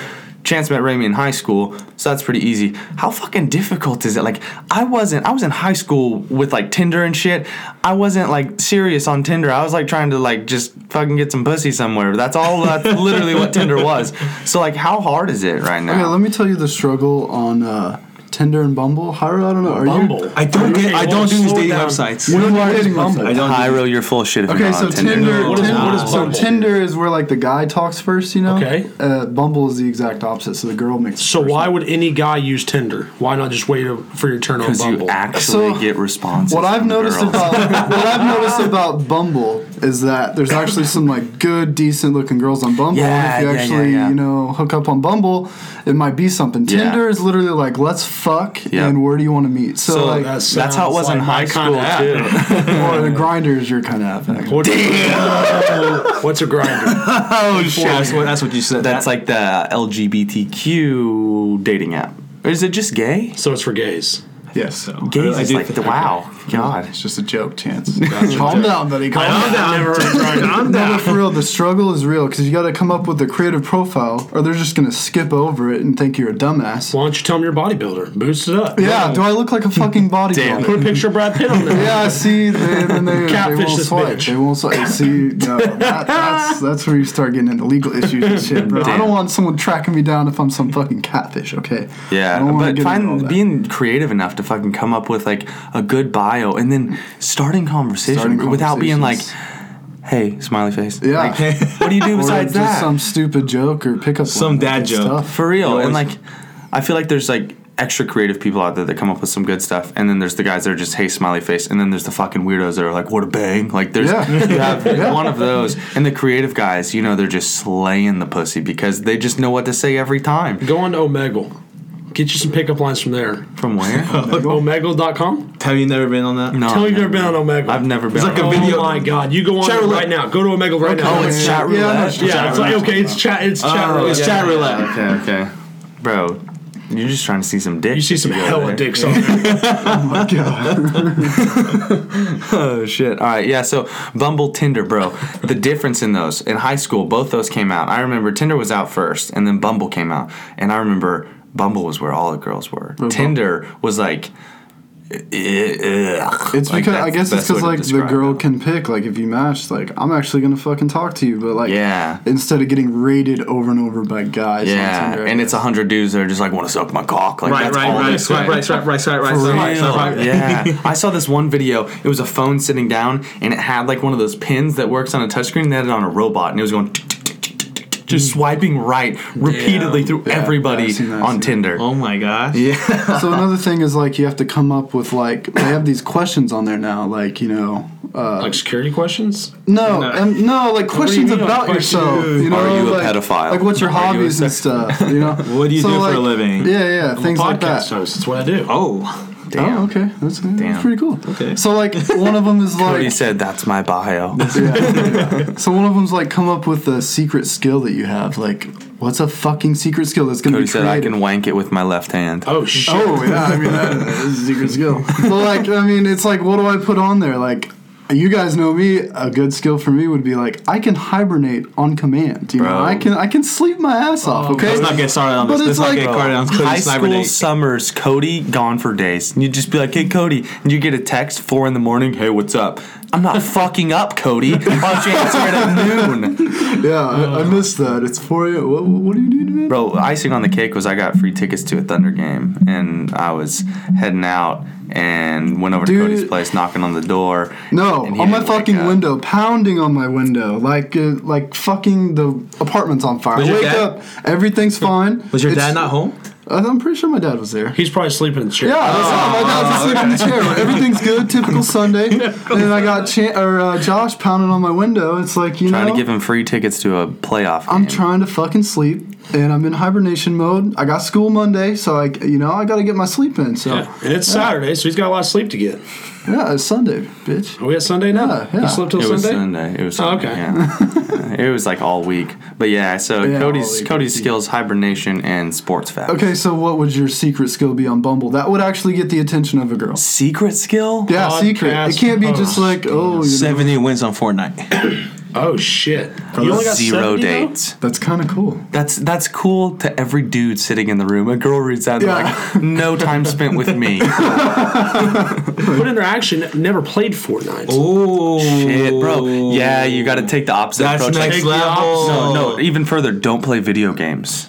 Chance met Ramy in high school, so that's pretty easy. How fucking difficult is it? Like, I wasn't. I was in high school with like Tinder and shit. I wasn't like serious on Tinder. I was like trying to like just fucking get some pussy somewhere. That's all. That's literally what Tinder was. So like, how hard is it right now?
Okay, let me tell you the struggle on uh, Tinder and Bumble. Hira, I don't know. Are
Bumble.
you?
I don't get. I
Okay,
don't
well,
do these
slow
dating
down.
websites.
What are you dating Bumble?
I don't do
Hyro, you're full of shit. If you're
Okay,
not
so
on Tinder.
Tinder. Tinder
What is- what is
so
Bumble?
Tinder is where like the guy talks first, you know.
Okay.
Uh, Bumble is the exact opposite, so the girl makes.
So why would any guy use Tinder? Why not just wait for your turn on
Because you
Bumble?
actually
So,
get responses.
What I've
from
noticed
girls.
about what I've noticed about Bumble is that there's actually some like good, decent looking girls on Bumble.
Yeah,
and if you
yeah, yeah,
actually,
yeah.
you know, hook up on Bumble, it might be something.
Yeah.
Tinder is literally like, let's fuck
Yeah.
and where do you want to meet? So,
So
Oh,
like
that's, that's how it was
sounds
in
like
high
my
school
kinda
too.
or the grinders you're kinda having.
What's What's a grinder?
oh
That's what. That's what you said.
That's like the LGBTQ dating app. Or is it just gay?
so it's for gays.
Yes.
Gay
I
is
do
like
think-
the wow. God.
It's just a joke, Chance. Calm down, buddy. Calm down.
Never heard of
No,
grinder.
but for real, the struggle is real because you got to come up with a creative profile, or they're just gonna skip over it and think you're a dumbass.
Why don't you tell him you're a bodybuilder? Boost it up.
Yeah, do I look like a fucking bodybuilder?
Put a picture of Brad Pitt on there.
Yeah, see, they, then they, they
Catfish
won't
this
swipe.
bitch.
They won't swipe. See, no, that, that's that's where you start getting into legal issues and shit, bro. I
Damn.
don't want someone tracking me down if I'm some fucking catfish. Okay. I
Yeah,
don't
but
wanna get into all
find
that.
being creative enough to fucking come up with like a good bio and then starting conversation
Starting
without being like,
conversations.
"Hey, smiley face."
Yeah.
Like, what do you do
or
besides
just
that?
some stupid joke or pick up
Some
line,
dad
it's
joke.
tough.
For real.
You
and
always-
like I feel like there's like extra creative people out there that come up with some good stuff and then there's the guys that are just hey smiley face and then there's the fucking weirdos that are like what a bang like there's
Yeah.
you have one of those and the creative guys you know they're just slaying the pussy because they just know what to say every time
Go on to Omegle. Get you some pickup lines from there.
from where
Omegle.com?
Have you never been on that?
no
Tell me
I've
you've never
Oh, never-
been on Omegle.
I've never been
It's like
on
a
Oh
Omegle.
video-
my god. You go on
Chat
there
roulette.
right now. Go to Omegle right now.
oh it's
Yeah,
chat
yeah, no,
roulette
it's
yeah, it's like okay, it's chat it's chat
Oh,
roulette.
it's chat roulette.
okay okay bro you're just trying to see some dick
You see some
go there.
hella dicks on there.
Oh my god.
Oh shit! All right, yeah. So Bumble, Tinder, bro. The difference in those in high school, both those came out. I remember Tinder was out first, and then Bumble came out. And I remember Bumble was where all the girls were.
Mm-hmm.
Tinder was like. It's
It's because I guess it's because like the girl can pick. Like if you match, like I'm actually gonna fucking talk to you, but like
Yeah.
instead of getting rated over and over by guys. on
Yeah,
Tinder, I
and it's a
guess.
hundred dudes that are just like want to suck my cock. Like
Right,
that's
right,
all they
right,
say.
swipe, right, swipe, right, swipe, right,
For
swipe, right,
real.
swipe, right.
Yeah, I saw this one video. It was a phone sitting down, and it had like one of those pins that works on a touchscreen. They had it on a robot, and it was going just swiping right repeatedly through
Yeah,
everybody
I've seen that, I've
on
seen
Tinder.
Oh my gosh.
so another thing is like you have to come up with like they have these questions on there now, like you know, uh,
Like security questions?
no,
No.
and no, like
do you
questions
mean, like,
about yourself.
questions?
You know,
Are you a
like,
pedophile?
Like what's your
Are you a
hobbies and stuff? You know,
What do you do for a living?
Yeah, yeah, things like
Podcast
that.
host. That's what I do.
Oh.
Damn.
Oh, okay, that's,
Damn.
that's pretty cool.
Okay.
so like one of them is
Cody
like
said that's my bio.
Yeah. so one of them's like come up with a secret skill that you have. Like, what's a fucking secret skill that's gonna
Cody
be
said
created?
I can wank it with my left hand.
Oh shit.
oh yeah, I mean that is a secret skill. but like, I mean, it's like, what do I put on there? Like, you guys know me. A good skill for me would be like, I can hibernate on command. You know,
Bro.
I can I can sleep my ass off. Okay,
Let's Oh, not get started on
But
this.
it's
Let's not
like-
get started on
High
Cody Sniper
school
Date.
summers, Cody gone for days. And you'd just be like, hey, Cody. And you get a text, four in the morning, hey, what's up? I'm not fucking up, Cody. Why don't you answer it at noon?
yeah, I,
Oh.
I missed that. It's for you. What, what do you do, man?
Bro, icing on the cake was I got free tickets to a Thunder game, and I was heading out and went over to
Dude.
Cody's place, knocking on the door.
No,
and he
on my
didn't wake
fucking
up.
window, pounding on my window, like uh, like fucking the apartment's on fire.
Was
I
your
wake
dad-
up, everything's fine.
Was your
It's-
dad not home?
Uh, I'm pretty sure my dad was there.
He's probably sleeping in the chair.
Yeah, I saw my dad was asleep in the chair. Everything's good, typical Sunday. and then I got Chan- or uh, Josh pounding on my window. It's like you
Trying
know,
to give him free tickets to a playoff.
I'm
game.
trying to fucking sleep. and I'm in hibernation mode. I got school Monday, so I, you know, I got to get my sleep in. So yeah,
And it's Saturday, so he's got a lot of sleep to get.
it's Sunday, bitch.
Are we at Sunday now?
Yeah, yeah.
He slept till
It was
Sunday?
Sunday. It was
Oh,
Sunday,
okay.
Yeah. it was like all week. But yeah, so
Yeah, all
Cody's
week.
Cody's skills hibernation and sports facts.
Okay, so what would your secret skill be on Bumble? That would actually get the attention of a girl.
Secret skill?
Yeah, secret. It
Podcast
can't be just like oh, you know,
Seventy wins on Fortnite.
Oh, shit. You only got
Zero
70 though?
dates.
that's kind of cool.
That's that's cool to every dude sitting in the room. A girl reads that and they're
Yeah.
like, no time spent with me.
Put in their action, never played Fortnite.
Oh
Shit, bro. Yeah, you got to take the opposite
That's
approach.
next
Like,
level.
no, no, even further, don't play video games.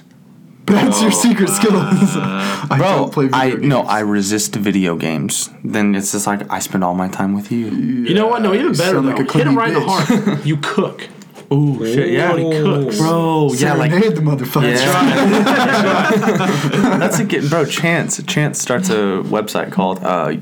That's
Oh,
your secret
uh,
skill. I
Bro,
don't play video
I
games.
no, I resist video games. Then it's just like I spend all my time with you.
You know what? No, even
you
better
sound
though.
like a
Hit
clingy
him right in the heart. You cook.
Ooh, shit,
Nobody cooks.
bro. Yeah, like
Serenade the motherfucker.
That's a good bro. Chance. Chance starts a website called uh,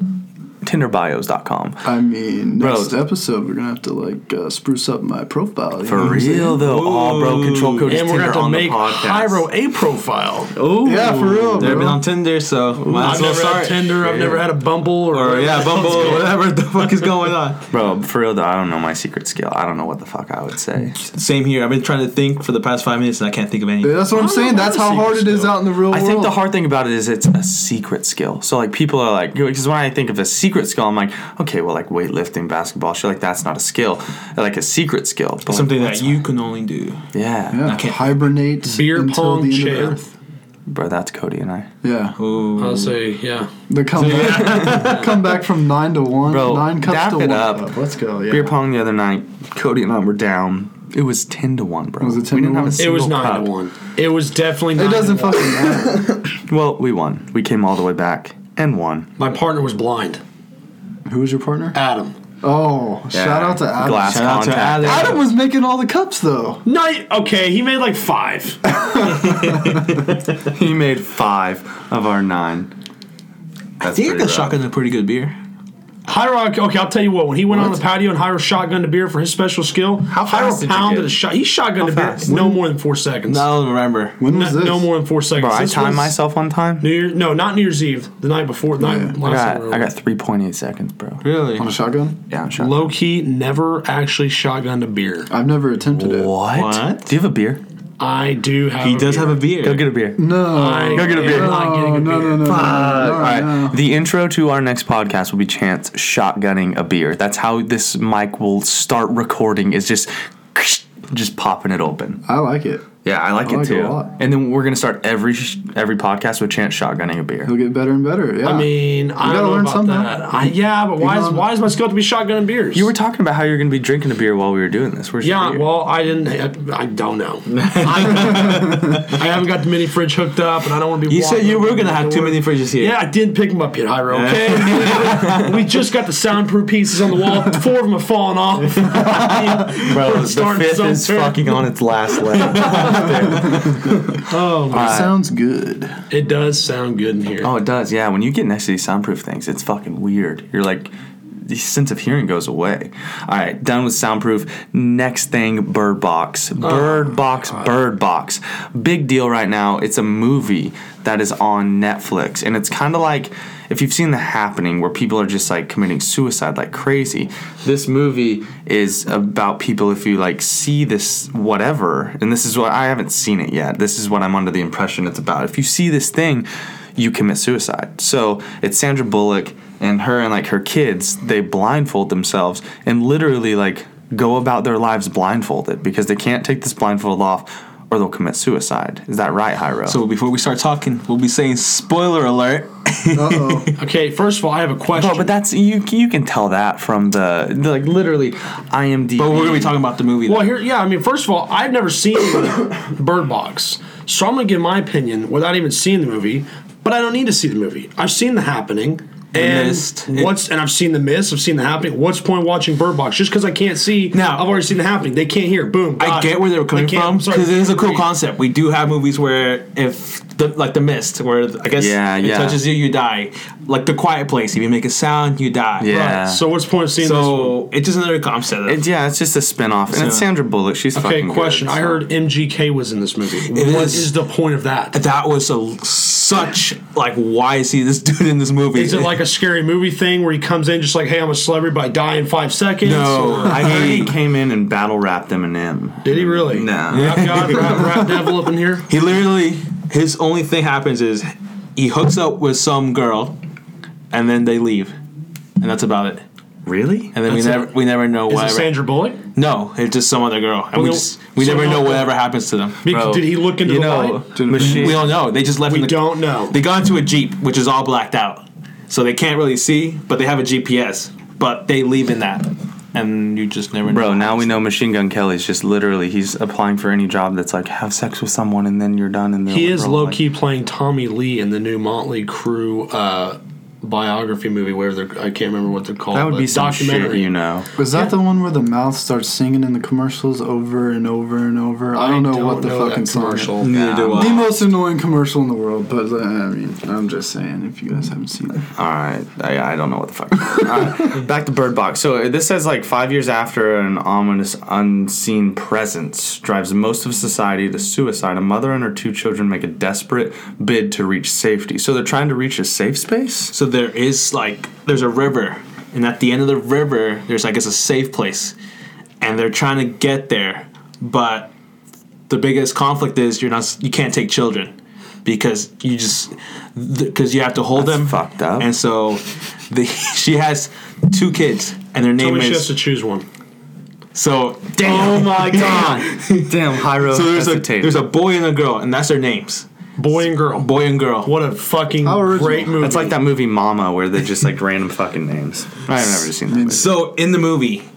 TinderBios.com.
I mean,
Bro.
next episode we're gonna have to like uh, spruce up my profile. you know
For
what I'm saying?
real though, all bro. Control code is
And we're
Tinder
going to have to
on the
make Hyro
podcast.
a profile.
Oh
Yeah, for real,
Never been
bro.
on Tinder, so might
I've
as well
never
start.
had Tinder. I've never had a Bumble or,
Or yeah, Bumble, whatever the fuck is going on.
Bro, for real though, I don't know my secret skill. I don't know what the fuck I would say.
Same here. I've been trying to think for the past five minutes and I can't think of anything.
Yeah, That's what I'm saying. That's how hard it is out in the real
I
world.
think the hard thing about it is it's a secret skill. So like people are like, because when I think of a secret skill, I'm like, okay, well like weightlifting, basketball, shit like that's not a skill, like a secret skill. But like,
Something that you can only do.
yeah,
yeah,
I can't-
hibernate
beer
until
pong
the end
chair.
of Earth.
bro, that's Cody and I.
Yeah,
Ooh.
I'll say yeah.
the comeback, comeback from nine to one,
Bro,
nine cups
dap
to
it
one.
up.
cup. Let's go. Yeah.
Beer pong the other night, Cody and I were down. It was ten to one, bro.
Was it 10
we
to
didn't have a
one?
It
single
was nine
cup.
to one. It was definitely. Nine
It doesn't
to one.
fucking matter.
Well, we won. We came all the way back and won.
My partner was blind.
Who was your partner?
Adam.
Oh, shout out to Adam.
Glass
Shout out to
contact.
Adam.
Adam was making all the cups though.
No, okay, he made like five.
He made five of our nine.
I think that shotgun's a pretty good beer.
High Rock. Okay, I'll tell you what. When he went on the patio and Hyro shotgunned a beer for his special skill, How
fast did you
pounded
get?
a shot. He shotgunned a
fast?
beer no more than four seconds.
I don't remember.
When
no,
was this?
no more than four seconds.
Bro, I
This
timed
was
myself one time.
New Year, no, not New Year's Eve. The night before. the night
I
last
got,
night we
I
were-
got 3.8 seconds, bro.
Really?
on a shotgun.
Yeah, I'm shot.
Low key, never actually shotgunned a beer.
I've never attempted it.
What?
What?
Do you have a beer?
I do have.
He does
beer.
have a beer.
Go get a beer.
No.
I
Go get a beer. Oh,
am
no,
not getting
no,
a
no,
beer.
no, no, no, no,
All right.
no.
The intro to our next podcast will be Chance shotgunning a beer. That's how this mic will start recording. Is just just popping it open.
I like it.
Yeah, I like
I
it
like it
too.
a lot.
And then we're gonna start every sh- every podcast with Chance shotgunning a beer.
It'll get better and better. Yeah.
I mean, I
gotta
don't know
learn
about
somehow.
that. I, yeah, but why is
gotta-
why is my skill to be shotgunning beers?
You were talking about how you're gonna be drinking a beer while we were doing this. Where's
Yeah,
your beer?
well, I didn't. I, I don't know. I, I haven't got the mini fridge hooked up, and I don't want to be.
You said
walking
you were
around
gonna have
the
too
door.
many fridges here.
Yeah, I didn't pick them up yet, Hyro. Okay, we just got the soundproof pieces on the wall. Four of them are falling off.
Bro,
We're
Oh, the
starting
fifth is
somewhere.
fucking on its last leg.
Oh,
sounds good.
it does sound good in here.
oh, it does. Yeah, when you get next to these soundproof things, it's fucking weird. You're like, the sense of hearing goes away. All right, done with soundproof. Next thing, Bird Box. Bird Box, Bird Box. Big deal right now. It's a movie that is on Netflix, and it's kind of like if you've seen The Happening, where people are just like committing suicide like crazy. This movie is about people if you like see this whatever, and this is what I haven't seen it yet. This is what I'm under the impression it's about. If you see this thing, you commit suicide. So it's Sandra Bullock and her and like her kids, they blindfold themselves and literally like go about their lives blindfolded because they can't take this blindfold off or they'll commit suicide. Is that right, Hyro?
So before we start talking, we'll be saying spoiler alert.
Uh-oh.
Okay, first of all, I have a question.
Well, but that's you. You can tell that from the like literally IMDb.
But we're gonna be talking about the movie.
Well,
then.
here, yeah, I mean, first of all, I've never seen Bird Box, so I'm gonna give my opinion without even seeing the movie. But I don't need to see the movie. I've seen The Happening. And
Mist.
what's and I've seen the mist, I've seen the happening. What's the point of watching Bird Box just because I can't see?
Now-
I've already seen the happening. They can't hear. Boom.
I
got it.
get where they were coming
can't-
from
sorry,
because it is a cool
read.
concept. We do have movies where if the like the mist where I guess
Yeah,
it
yeah.
touches you, you die. Like the quiet place, if you make a sound, you die.
Yeah.
So what's the point of seeing this? One?
So it's just another comp setup.
It's, yeah, it's just a spin-off. And it's
So-
Sandra Bullock. She's
Okay,
fucking good,
question. I
so.
heard MGK was in this movie. What is
is-
the point of that?
that was a, such like why is he this dude in this movie?
Is it like a scary movie thing where he comes in just like, "Hey, I'm a celebrity, but I die in five seconds"?
No,
Or-
I
He
mean
came in and battle rapped Eminem.
did he really?
No.
Rap God, rap, rap devil up in here.
he literally his only thing happens is he hooks up with some girl, and then they leave, and that's about it.
Really?
And
That's
then we
it?
never we never know
Is
why.
it Sandra Bullock?
No, it's just some other girl, and we
no-
just we
so
never
no-
know whatever happens to them.
Be-
Bro,
did he look into
you
the
know,
light?
machine.
We don't know. They just left.
We
in the,
don't know.
They got into a jeep, which is all blacked out, so they can't really see. But they have a GPS. But they leave in that, and you just never.
Bro,
know.
now we know Machine Gun Kelly's just literally he's applying for any job that's like have sex with someone and then you're done and
He is low key playing Tommy Lee in the new Motley Crue uh, biography movie, where they're I can't remember what they're called.
That would
but
be some shit, you know.
Was that the one where the mouth starts singing in the commercials over and over and over? I don't know what the
that
fucking commercial.
commercial.
Neither do
The
I.
most annoying commercial in the world, but uh, I mean, I'm just saying if you guys haven't seen it.
All right, I, I don't know what the fuck. All right, back to Bird Box. So uh, this says like five years after an ominous unseen presence drives most of society to suicide, a mother and her two children make a desperate bid to reach safety. So they're trying to reach a safe space.
So there is like there's a river, and at the end of the river, there's I guess a safe place, and they're trying to get there, but the biggest conflict is you're not you can't take children because you just because you have to hold
That's
them
fucked up.
and so the, she has two kids and their
Tell
name
me she has
is
to choose one.
so
Oh my god! Damn, Hyro.
so there's a
hesitated.
there's a boy and a girl and that's their names
Boy and girl.
boy and girl
What a fucking
How original.
great movie.
That's like that movie Mama, where they just like random fucking names. I've never seen that. Movie.
so in the movie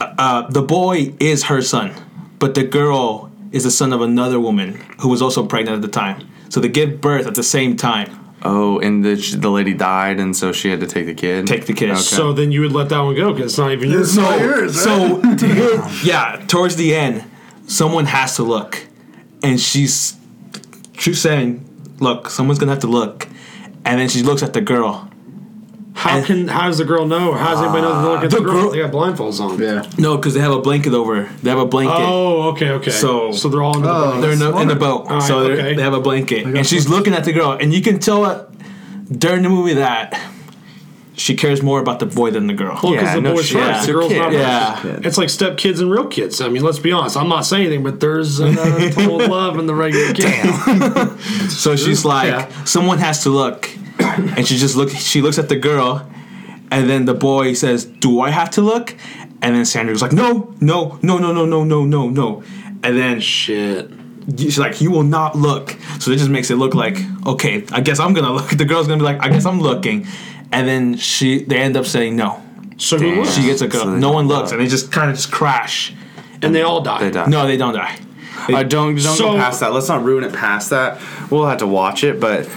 uh, the boy is her son but the girl is the son of another woman who was also pregnant at the time so they give birth at the same time
Oh, and the the lady died, and so she had to take the kid.
take the kids
Okay.
So then you would let that one go because it's not even yours.
not yours, right?
So yeah, towards the end, someone has to look, and she's she's saying, "Look, someone's gonna have to look," and then she looks at the girl.
How can how does the girl know? How does anybody know to look at the,
the
girl?
girl-
They got blindfolds on.
Yeah.
No, because they have a blanket over. They have a blanket.
Oh, okay, okay.
So-
so they're all in the
Oh.
blanket.
They're in a, in
Smart.
a boat,
All
so
right,
they're-
okay.
they have a blanket,
got
and she's looking at the girl, and you can tell uh, during the movie that she cares more about the boy than the girl.
because
Yeah,
the
no
boy's
shit.
first,
It's
the
her
girl's
kid.
not
Yeah.
first. It's like step kids and real kids. I mean, let's be honest. I'm not saying anything, but there's an total love in the regular kid.
So she's like,
Yeah.
someone has to look, and she just look. She looks at the girl, and then the boy says, "Do I have to look?" And then Sandra's like, "No, no, no, no, no, no, no, no, no." And then sh-
Shit.
she's like, "You will not look." So it just makes it look like, okay, I guess I'm gonna look. The girl's gonna be like, "I guess I'm looking," and then she they end up saying no.
So
Damn.
who looks?
She gets a
So
go.
they
no
don't
one looks,
look.
and they just kind of just crash.
and they all die.
They die.
No, they don't die.
Uh, don't don't
So-
go past that. Let's not ruin it past that. We'll have to watch it, but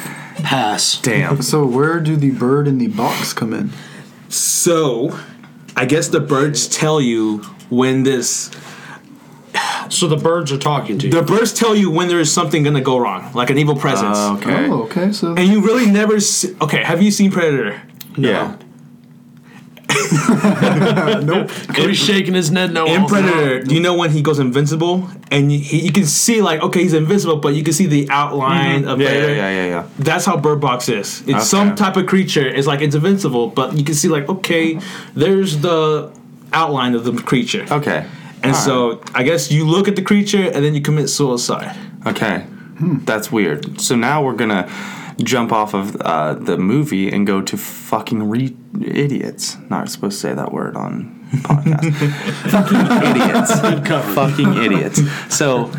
Pass.
damn.
So where do the bird and the box come in?
So, I guess the birds tell you when this
So the birds are talking to you.
The birds tell you when there is something gonna go wrong, like an evil presence.
Uh, okay.
Oh, okay. So
And you really never. See, okay, have you seen Predator?
Yeah.
He's shaking his head
Oh,
no.
In Predator, do you know when he goes invincible, and you, he, you can see like okay, he's invincible, but you can see the outline of
Mm-hmm. Yeah, yeah,
Predator.
yeah, yeah, yeah.
That's how Bird Box is. It's
Okay.
some type of creature. It's like it's invincible, but you can see like okay, there's the outline of the creature.
Okay.
And
All
so I guess you look at the creature and then you commit suicide.
Okay.
Hmm.
That's weird. So now we're gonna jump off of uh, the movie and go to fucking re- idiots. Not supposed to say that word on podcast. fucking idiots. fucking idiots. So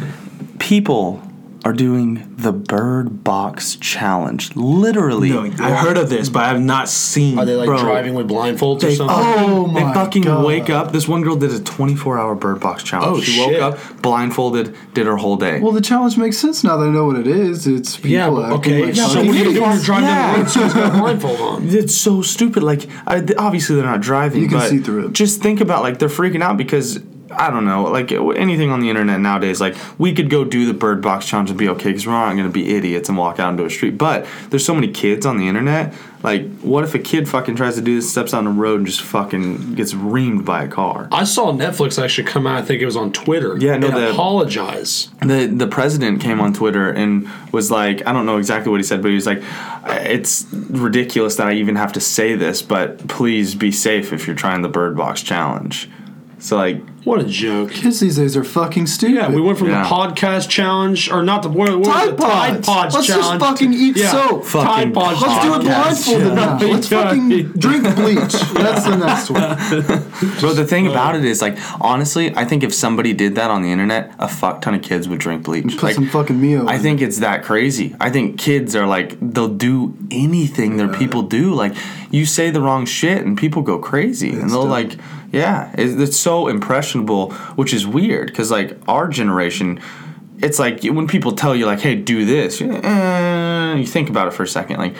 people are doing the bird box challenge. Literally.
I heard of this, but I have not seen.
Are they like
Bro.
driving with blindfolds or
They,
something?
Oh
fucking- they
my
fucking
God.
wake up. This one girl did a 24 hour bird box challenge.
Oh,
she woke
shit.
up, blindfolded, did her whole day.
well, the challenge makes sense now that I know what it is. It's people
yeah.
acting
but- Okay.
like
so
monkeys.
what are you doing? You're driving
Yeah.
the road. She's got a blindfold on.
it's so stupid. Like, I, th- obviously they're not driving.
You can
but
see through it.
Just think about like they're freaking out because I don't know, like anything on the internet nowadays, like we could go do the bird box challenge and be okay because we're not going to be idiots and walk out into a street. But there's so many kids on the internet. Like, what if a kid fucking tries to do this, steps on the road, and just fucking gets reamed by a car?
I saw Netflix actually come out. I think it was on Twitter.
Yeah, no,
and
the-
apologize.
the the president came on Twitter and was like, I don't know exactly what he said, but he was like, it's ridiculous that I even have to say this, but please be safe if you're trying the Bird Box challenge. So like,
What a joke.
Kids these days are fucking stupid.
Yeah, we went from
Yeah.
the podcast challenge, or not the what, what was
Tide
it? Tide
Pods.
Pods
Let's
challenge.
just fucking eat soap.
Fucking
Tide Pods.
Let's do it
podcast.
blindfolded now.
Yeah.
Let's
Yeah.
fucking drink bleach. That's the next one.
but the thing about it is like, honestly, I think if somebody did that on the internet, a fuck ton of kids would drink bleach.
Put
Like,
some fucking Mio.
I
in.
think it's that crazy. I think kids are like they'll do anything their people do. Like you say the wrong shit and people go crazy, and they'll
dumb.
like, yeah, it's, it's so impressionable, which is weird because like our generation, it's like when people tell you like, hey, do this, you're like, eh, you think about it for a second, like.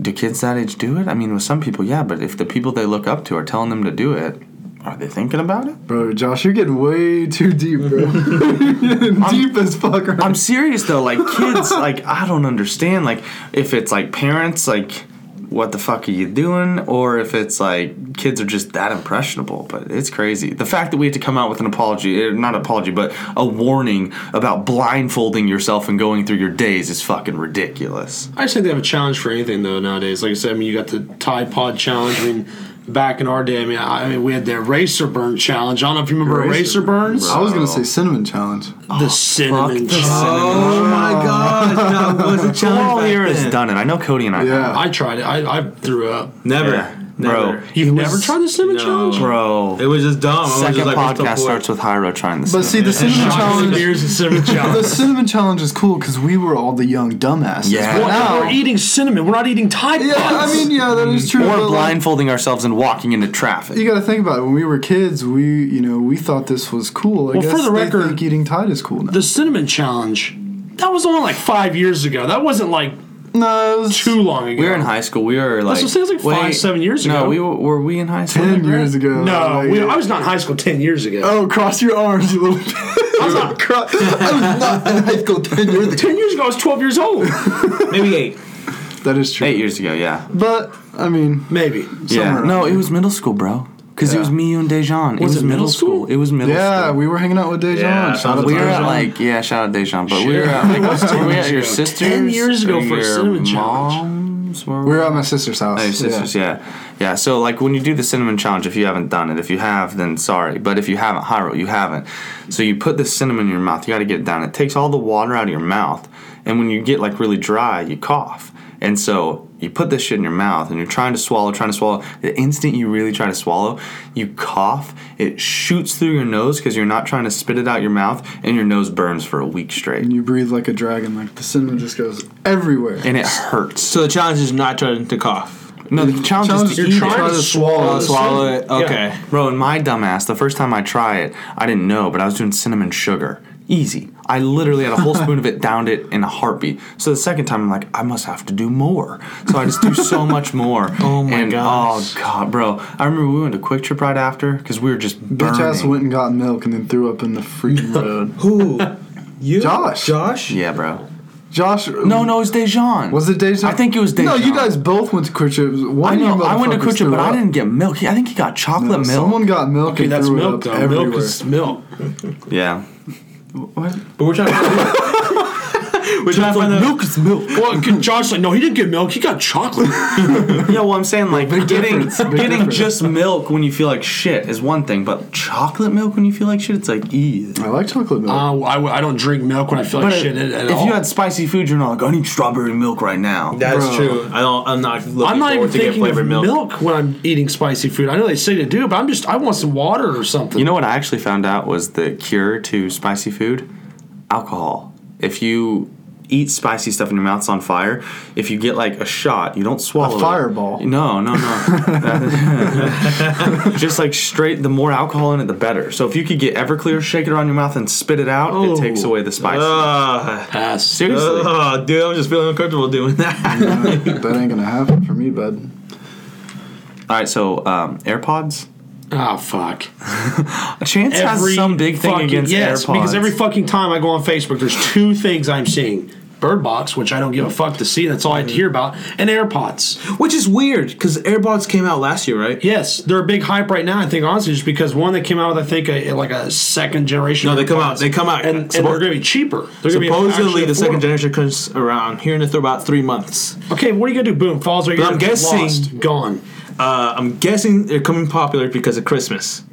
Do kids that age do it? I mean, with some people, yeah, but if the people they look up to are telling them to do it, are they thinking about it?
bro, Josh, you're getting way too deep, bro. You're getting deep as fuck. Right?
I'm serious though. Like kids, like I don't understand. Like if it's like parents, like what the fuck are you doing? Or if it's like kids are just that impressionable. But it's crazy. The fact that we had to come out with an apology, eh, not apology, but a warning about blindfolding yourself and going through your days is fucking ridiculous.
I just think they have a challenge for anything though nowadays. Like I said, I mean, you got the Tide Pod challenge. I mean, back in our day, I mean, I, I mean, we had the eraser burn challenge. I don't know if you remember eraser,
Eraser
burns.
I was gonna say cinnamon challenge.
The cinnamon
the
challenge.
Oh my god, that was a
All
challenge.
here
Back
is
then.
done it. I know Cody and I.
Yeah.
I tried it. I, I threw up.
Never,
Yeah.
never.
Bro.
You've
It
never
was-
tried the cinnamon
No.
challenge?
bro.
It was just dumb. I was
Second
just like, what's the
podcast
point?
starts with Hyro trying this.
But see, the cinnamon
Shots and
challenge.
beers and cinnamon
The
challenge.
cinnamon challenge is cool because we were all the young dumbasses.
Yeah.
But
What?
now,
We're eating cinnamon. We're not eating Tide
yeah, I
Pods.
mean, yeah, that is true.
or
but, like,
blindfolding ourselves and walking into traffic.
you got to think about it. When we were kids, we you know we thought this was cool. I
Well, for
guess
the
they
record,
think eating Tide is cool now.
the cinnamon challenge. That was only like five years ago. That wasn't like
no, it was
too long ago.
We were in high school. We were like
what I'm saying, it was like five, seven years
No,
ago.
we were, were we in high school?
ten years ago.
No,
Like,
we, I was not in high school ten years ago.
Oh, cross your arms, you little. I was not. Cro- I was not in high school ten years ago.
ten years ago, I was twelve years old.
Maybe eight.
That is true.
Eight years ago, yeah.
But I mean,
Maybe.
Yeah.
Somewhere
No,
around
it was middle school, bro. Because it was me, you, and Dejan. it
Was
was
it
middle,
middle
school?
school?
It was middle
yeah,
school.
we were hanging out with Dejan.
Yeah,
Shout out
we
to
were at
Dejan.
like yeah, shout out Dejan, but we were at like were we at your sister's
Ten years ago
or
for a
your
cinnamon challenge.
mom's? Where
we were at my sister's house.
Oh, your sisters, yeah. yeah, So like when you do the cinnamon challenge, if you haven't done it, if you have, then sorry. But if you haven't, Hyrule, you haven't. So you put the cinnamon in your mouth. You got to get it down. It takes all the water out of your mouth, and when you get like really dry, you cough. And so you put this shit in your mouth, and you're trying to swallow, trying to swallow. The instant you really try to swallow, you cough. It shoots through your nose because you're not trying to spit it out your mouth, and your nose burns for a week straight,
And you breathe like a dragon. Like the cinnamon just goes everywhere.
and it hurts.
So the challenge is not trying to cough.
No, the challenge,
challenge
is to
is
eat
trying
it.
to swallow
Oh,
the
swallow it.
Yeah.
Okay.
Bro, and my dumbass, the first time I try it, I didn't know, but I was doing cinnamon sugar. Easy. I literally had a whole spoon of it, downed it in a heartbeat. So the second time, I'm like, I must have to do more. So I just do so much more.
Oh my
and,
gosh.
Oh god, bro. I remember we went to Quick Trip right after because we were just
Bitch ass
burning.
went and got milk and then threw up in the freaking road.
Who? You?
Josh.
Josh?
Yeah, bro.
Josh.
No, no, it was Dejan.
Was it Dejan?
I think it was Dejan.
No, you guys both went to Kucha. One
I
of you
know. I went to
motherfuckers
Quick Trip,
threw
but I
up.
didn't get milk. He- I think he got chocolate milk.
Someone got milk
Okay,
and
that's
threw
milk
it
though.
up everywhere.
Milk is milk.
Yeah. What?
But we're trying to. we're trying to find out.
milk is milk.
Well, can Josh like no, he didn't get milk. He got chocolate.
Yeah, well, I'm saying like
big
getting
difference, big
getting
difference.
just milk when you feel like shit is one thing, but chocolate milk when you feel like shit, it's like ew.
I like chocolate milk.
Uh, I, I don't drink milk when I feel like
But
shit at, at
if
all.
you had spicy food, you're not like I need strawberry milk right now.
That's
Bro.
true. I don't. I'm not looking
I'm not
forward
even
to get
thinking of
flavored
milk.
milk.
when I'm eating spicy food. I know they say to do, it, but I'm just I want some water or something.
You know what I actually found out was the cure to spicy food? Alcohol. If you eat spicy stuff and your mouth's on fire, if you get like a shot, you don't swallow it.
fireball.
No, no, no. Just like straight, the more alcohol in it, the better. So if you could get Everclear, shake it around your mouth and spit it out,
Oh.
it takes away the spice.
Ugh.
Pass.
Seriously.
Ugh, dude, I'm just feeling uncomfortable doing that.
that ain't gonna happen for me, bud.
All right, so um, AirPods.
Oh fuck!
Chance has some big thing
fucking-
against
yes,
AirPods.
because every fucking time I go on Facebook, there's two things I'm seeing: Bird Box, which I don't give a fuck to see. That's all I had to hear about, and AirPods.
Which is weird because AirPods came out last year, right?
Yes, they're a big hype right now. I think honestly, just because one that came out with I think a, like a second generation.
No, they come
AirPods.
out. They come out.
and, and they're going to be cheaper. They're gonna be
supposedly
actually
the
affordable.
second generation comes around here in th- about three months.
Okay, what are you gonna do? Boom, falls right here.
I'm guessing-
lost, gone.
Uh, I'm guessing they're coming popular because of Christmas.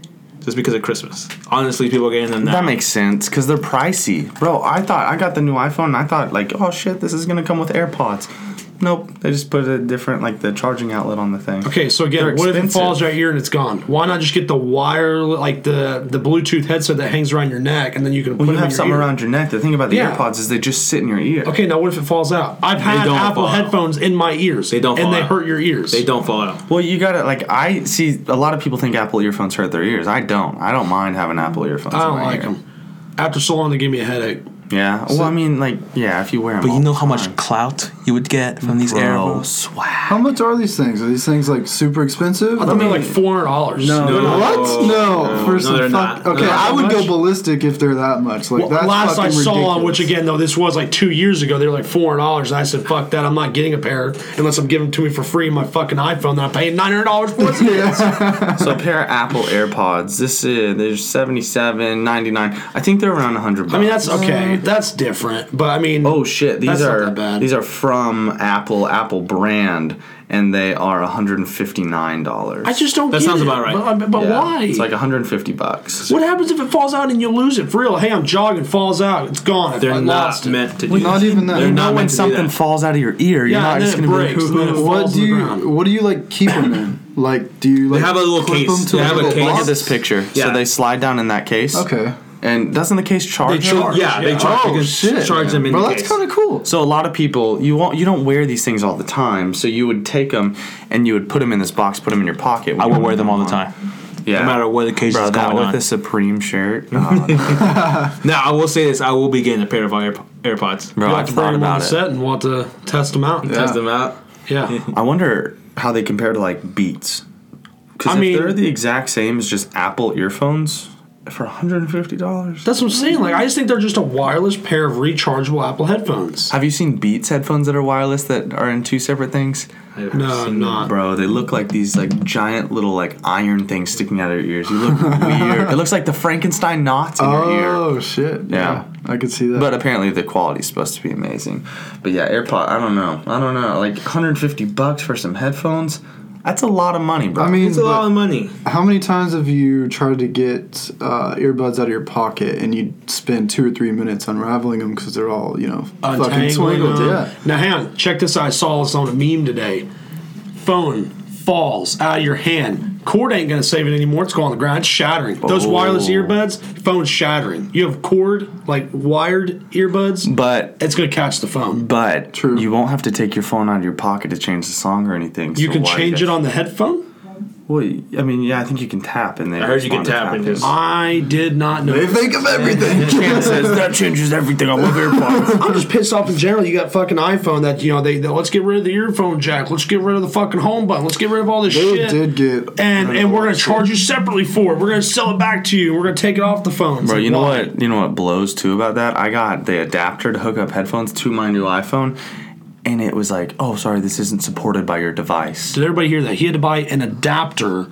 Just because of Christmas. Honestly, people are getting them now.
That makes sense because they're pricey, bro. I thought I got the new iPhone. and I thought like, oh shit, this is gonna come with AirPods. Nope, they just put a different like the charging outlet on the thing.
Okay, so
They're
again, what if it
expensive.
falls right here and it's gone? Why not just get the wire, like the the Bluetooth headset that hangs around your neck, and then you can
Well, you
put it in
have
your
something
ear?
around your neck. The thing about the
Yeah.
AirPods is they just sit in your ear.
Okay, now what if it falls out? I've had
don't
Apple
fall out.
headphones in my ears. They
don't
and
fall
they
out.
hurt your ears.
they don't fall out.
Well, you gotta like I see a lot of people think Apple earphones hurt their ears. I don't. I don't mind having Apple earphones.
I don't
in my
like
ear.
them. After so long, they give me a headache.
Yeah. well, I mean, like, yeah, if you wear them.
But you know how much clout you would get from these AirPods?
swag.
How much are these things? Are these things like super expensive?
I thought they were like four hundred dollars.
No.
What? No,
No,
for
no,
some
they're
fuck.
not.
Okay,
They're
I
not
would
much.
go ballistic if they're that much. Like
Well,
that's
last
fucking
I saw
ridiculous.
on which again though this was like two years ago, they were like four hundred dollars, and I said, "Fuck that! I'm not getting a pair unless I'm giving them to me for free in my fucking iPhone that I paid nine hundred dollars for."
yeah.
So a pair of Apple AirPods. This is they're seventy seven ninety nine. I think they're around hundred.
I mean, that's okay, that's different, but I mean,
Oh shit! These
That's not
are
that bad.
these are from Apple, Apple brand, and they are one hundred and fifty nine dollars.
I just don't.
That
get
sounds
it.
about right.
But, but why?
It's like one hundred and fifty bucks.
what happens if it falls out and you lose it for real? Hey, I'm jogging, falls out, it's gone.
They're
I
not
lost it.
meant to do
Not
that.
even that.
They're
You
You
know
not
know when
meant to do
something
that.
falls out of your ear, you're
Yeah,
not
and
just
then
gonna
it
be like,
breaks, and then it
"Hoo-hoo."
falls
What
to
do
the
you?
ground.
What do you like keep them in? Like, do you? Like,
have a little
clip
case.
'em to
They
a
have a
little
case.
Look
box?
at this picture. So
Yeah.
they slide down in that case.
Okay.
And doesn't the case charge?
They charge.
Yeah, they
Yeah.
charge,
Oh
they can
shit!
charge them in
Bro,
the
that's
case.
kind of cool.
So a lot of people, you won't, you don't wear these things all the time. So you would take them and you would put them in this box, put them in your pocket.
I would wear them all the time.
Yeah.
No matter what the case
Bro,
is
that
going
with
on.
a Supreme shirt. Oh,
Now, I will say this. I will be getting a pair of Air- AirPods.
bro,
You'll
I
have to bring
thought
them on
about
the
it.
set and want to test them out.
Test them out.
Yeah.
I wonder how they compare to like Beats. Because
I
if
mean-
they're the exact same as just Apple earphones for $150.
That's what I'm saying. Like, I just think they're just a wireless pair of rechargeable Apple headphones.
Have you seen Beats headphones that are wireless that are in two separate things?
No, I'm
Uh,
not.
Bro, they look like these like giant little like iron things sticking out of your ears. You look weird. It looks like the Frankenstein knots in your ear.
Oh shit!
Yeah.
I could see that.
But apparently the quality's supposed to be amazing. But yeah, AirPod, I don't know. I don't know. Like 150 bucks for some headphones. That's a lot of money, bro.
I mean,
It's a
but-
lot of money.
How many times have you tried to get uh, earbuds out of your pocket and you spend two or three minutes unraveling them because they're all you know fucking
Untangling
tangled?
them.
Yeah.
uh, Now, hang on. Check this out. I saw this on a meme today. Phone falls out of your hand. Cord ain't gonna save it anymore. It's going on the ground. It's shattering. Those
Oh.
wireless earbuds, phone's shattering. You have cord, like wired earbuds,
but
it's gonna catch the phone.
but
True.
you won't have to take your phone out of your pocket to change the song or anything.
You
so
can
why
change
get-
it on the headphone?
Well, I mean, yeah, I think you can tap and they.
I heard you can
respond to
tap and
tapping.
just-
I did not know.
They think of everything.
Chan says that changes everything. I love AirPods.
I'm just pissed off in general. You got fucking iPhone that you know they, they- let's get rid of the earphone jack. Let's get rid of the fucking home button. Let's get rid of all this
They
shit.
did get
and
rid of
and we're
all
gonna
that
charge you separately for it. We're gonna sell it back to you. We're gonna take it off the phone. It's
Bro,
like,
you know
why?
what? You know what blows too about that? I got the adapter to hook up headphones to my new iPhone, and it was like, oh, sorry, this isn't supported by your device.
Did everybody hear that? He had to buy an adapter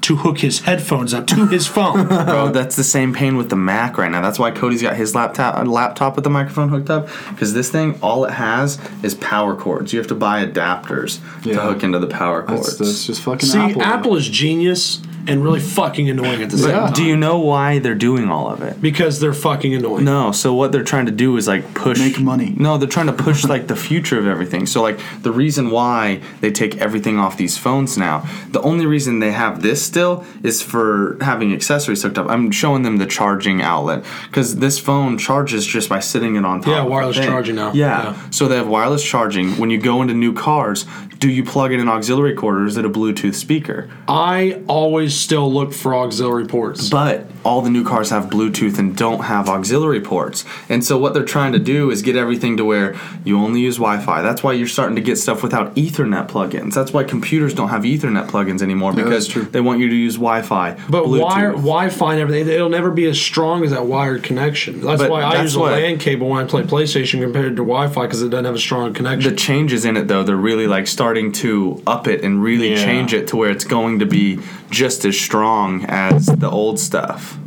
to hook his headphones up to his phone.
Bro, Oh, that's the same pain with the Mac right now. That's why Cody's got his laptop laptop with the microphone hooked up because this thing, all it has is power cords. You have to buy adapters to
Yeah.
hook into the power
That's,
cords.
that's just fucking
See,
Apple.
Apple, is genius and really fucking annoying at the same
Yeah.
time
Do you know why they're doing all of it?
because they're fucking annoying.
No, so what they're trying to do is like push
Make money.
No, they're trying to push like the future of everything. So like the reason why they take everything off these phones now, the only reason they have this still is for having accessories hooked up. I'm showing them the charging outlet because this phone charges just by sitting it on top.
Yeah,
of the
wireless
thing.
charging now.
Yeah.
Yeah.
so they have wireless charging. When you go into new cars, do you plug in an auxiliary cord or is it a Bluetooth speaker?
I always still look for auxiliary ports.
But all the new cars have Bluetooth and don't have auxiliary ports. And so what they're trying to do is get everything to where you only use Wi-Fi. That's why you're starting to get stuff without Ethernet plugins. That's why computers don't have Ethernet plugins anymore
that's
because
true.
they want you to use Wi-Fi.
But
Bluetooth.
wire, Wi-Fi and everything, it'll never be as strong as that wired connection. That's
But
why I
that's
use a
what-
LAN cable when I play PlayStation compared to Wi-Fi because it doesn't have a strong
the
connection.
changes in it though they're really like starting to up it and really
Yeah.
change it to where it's going to be just as strong as the old stuff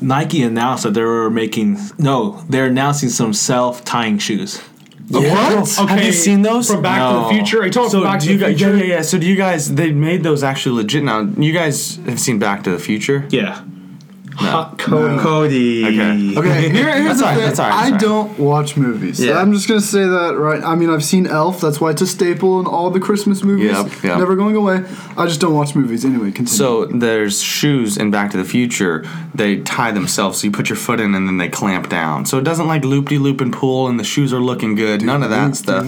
Nike announced that they were making no, they're announcing some self tying shoes.
what
Okay,
have you seen those
From Back to
No.
the Future? Are you talking
so
Back
do
to
you
the
guys yeah,
Future?
yeah yeah so do you guys they made those actually legit now you guys have seen back to the future
Yeah,
Hot Cody.
Cody.
Okay.
Okay, here,
That's
here's the
all right,
thing.
that's all right, that's
I
all right.
don't watch movies. So
Yeah.
I'm just gonna say that right. I mean, I've seen Elf. That's why it's a staple in all the Christmas movies.
Yep, yep.
Never going away. I just don't watch movies anyway. Continue.
so there's shoes in Back to the Future. They tie themselves, so you put your foot in and then they clamp down. So it doesn't like loop de loop and pull, and the shoes are looking good. None of that stuff.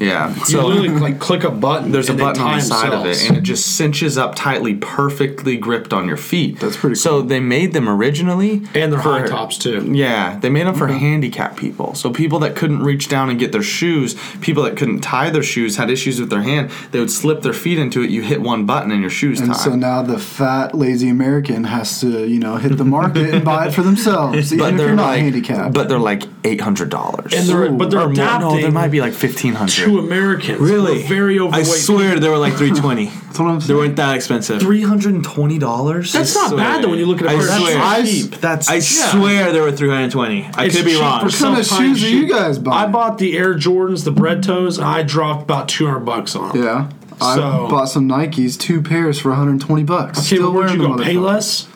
Yeah.
You
So
literally like click a button.
there's a
and they
button on
tie
the side of
themselves.
it and it just cinches up tightly perfectly gripped on your feet
That's pretty
so they made them originally
And they're
for-
high tops too.
yeah they made them for handicapped people so people that couldn't reach down and get their shoes people that couldn't tie their shoes had issues with their hand they would slip their feet into it you hit one button and your shoes
and
tied
so now the fat lazy American has to you know hit the market and buy it for themselves, even
but
if
they're
you're not
like,
handicapped.
but they're like eight hundred dollars.
And they're- but they're
no, they
adapting
might be like fifteen hundred.
Two Americans.
Really?
We're very overweight.
I swear they were like 320.
that's what I'm
they
saying.
weren't that expensive.
Three hundred and twenty dollars.
That's
I
not bad though when you look at a
I
pair of
swear.
shoes.
I-
cheap. That's
I swear they were 320. I
It's
could be
cheap
wrong.
for
What kind of
sometimes
shoes are
shoe-
you guys buying?
I bought the Air Jordans, the bread toes, and I dropped about 200 bucks on them.
yeah. I
So-
bought some Nikes, two pairs for 120 bucks.
Okay,
Still
but where'd
wearing
you
them.
go?
motherfucker.
Payless?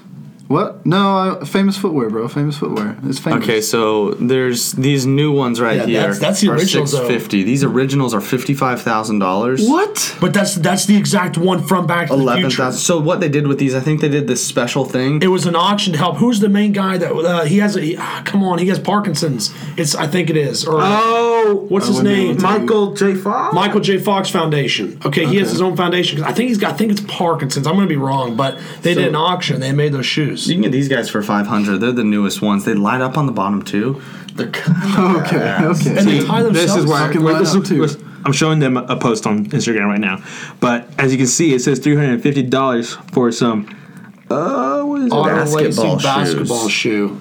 What? No, I, famous footwear, bro. Famous footwear. It's famous.
Okay, so there's these new ones right
Yeah,
here.
that's- that's the
are
originals, though.
650. These originals are fifty-five thousand dollars.
What?
But that's that's the exact one from Back to the
Eleven
Future.
thousand. So what they did with these, I think they did this special thing.
It was an auction to help. Who's the main guy that uh, he has? A, he- ah, come on, he has Parkinson's. It's I think it is. Or
Oh,
what's his
wouldn't be able
name?
to- Michael
J. Fox.
Michael J. Fox Foundation. Okay, he has his own foundation. 'cause I think he's got. I think it's Parkinson's. I'm going to be wrong, but they did an auction. They made those shoes.
you can get these guys for five hundred. They're the newest ones. They light up on the bottom too. They're kind
Okay. Okay.
And they tie themselves.
This is why
Fucking line
listen-
up, too.
listen- I'm showing them a post on Instagram right now, but as you can see, it says $350 for some. Uh, what is it?
Basketball
basketball,
shoes.
basketball shoe.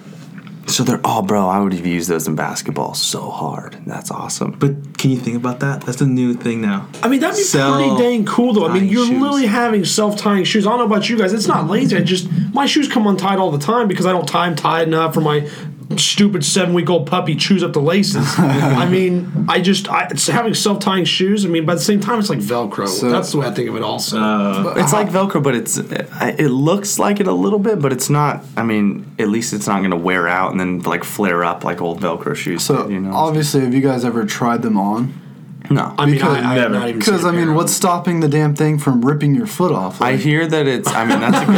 so they're oh, bro. I would have used those in basketball so hard. That's awesome.
But can you think about that? That's the new thing now.
I mean, that'd be
Sell
pretty dang cool, though. I mean,
tying
you're
shoes.
literally having self tying shoes. I don't know about you guys. It's not lazy. I just, my shoes come untied all the time because I don't tie them tied enough for my stupid seven week old puppy chews up the laces. I mean, I just, I, it's having self tying shoes. I mean, but at the same time, it's like Velcro.
So-
That's the way I think of it, also.
It's
Uh-huh.
like Velcro, but it's I- it looks like it a little bit, but it's not. I mean, at least it's not going to wear out and then like flare up like old Velcro shoes.
So
you know,
obviously, have you guys ever tried them on?
no.
I mean,
because-
I, I've
never.
not even
Because
seen a
I mean,
pair.
what's stopping the damn thing from ripping your foot off?
I
Like,
hear that it's. I mean, that's a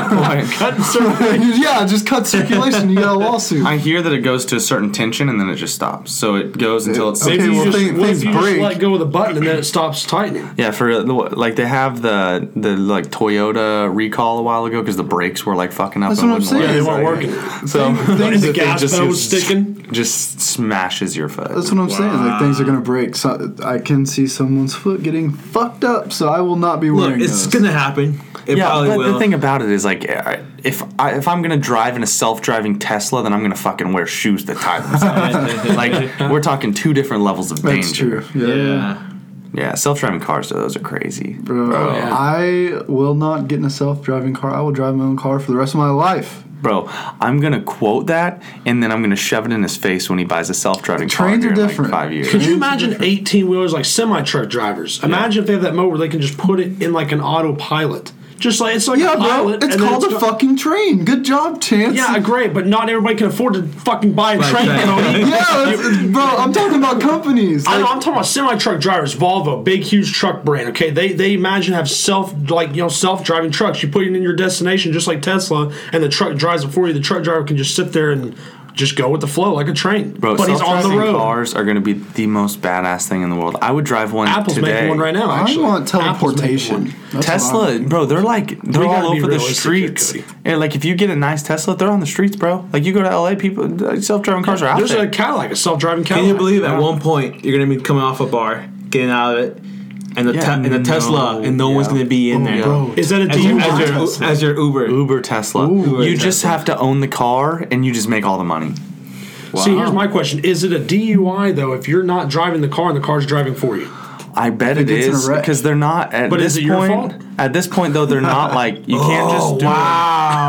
good point.
yeah, just cut circulation. You got a lawsuit.
I hear that it goes to a certain tension and then it just stops. So it goes until it's
Okay,
Maybe you
well,
just,
thing-
what if
things
you just
break.
let go of the button and then it stops tightening.
yeah. For the- like they have the the like Toyota recall a while ago because the brakes were like fucking up.
That's
and
what I'm
wouldn't
Yeah,
saying.
they
work.
weren't working.
So
Is the
that thing
gas
just
pedal
gets-
sticking?
Just smashes your foot.
That's what I'm saying. Like things are gonna break. So I can see someone's foot getting fucked up. So I will not be
Look,
wearing
it's
those.
gonna happen. It
yeah,
probably
but
will.
the thing about it is like, eh, I- if I, if I'm gonna drive in a self-driving Tesla, then I'm gonna fucking wear shoes that tie themselves. like we're talking two different levels of
That's
danger.
true. Yeah.
yeah.
Yeah, self-driving cars though, those are crazy.
Bro,
Oh,
I will not get in a self-driving car. I will drive my own car for the rest of my life.
Bro, I'm gonna quote that, and then I'm gonna shove it in his face when he buys a self-driving car.
Trains
here
are
in, like,
different.
five
Could
years.
you imagine 18 wheelers like semi truck drivers? Imagine if they have that mode where they can just put it in like an autopilot. Just like it's like
Yeah,
a
bro.
pilot.
It's
and then
called a
go-
fucking train. Good job, Chance.
Yeah, great, but not everybody can afford to fucking buy a train.
train.
Cody.
yeah, that's- bro. I'm talking about companies.
I know,
Like,
I'm talking about semi truck drivers, Volvo, big huge truck brand. Okay, they they imagine have self like you know self driving trucks. You put it in your destination just like Tesla, and the truck drives it for you. The truck driver can just sit there and just go with the flow like a train.
Bro,
but he's on the
self-driving
road.
cars are going to be the most badass thing in the world. I would drive one
Apple's
today.
making one right now.
I
Actually,
want
Apple's making
teleportation.
one.
That's what I want.
Tesla, bro, they're like they're
We
all
gotta be
over the
realistic here,
streets.
Cody.
And like if you get a nice Tesla, they're on the streets, bro. Like you go to LA, people uh, self-driving cars are out
There's
there.
a Cadillac, a self-driving Cadillac.
Can you believe at one point you're gonna be coming off a bar, getting out of it, and the
Yeah,
te- and the
no,
Tesla, and no one's
yeah.
gonna be in there.
bro.
Is that a
As, your, as,
DUI?
your, as your Uber.
Uber Tesla.
Uber
you just
Tesla.
have to own the car and you just make all the money.
See, here's my question: Is it a DUI though? If you're not driving the car and the car's driving for you,
I bet it
gets in a
is
wreck.
because they're not at
But
this
is it your
point.
fault? Oh,
At this point, though, they're not like you can't just do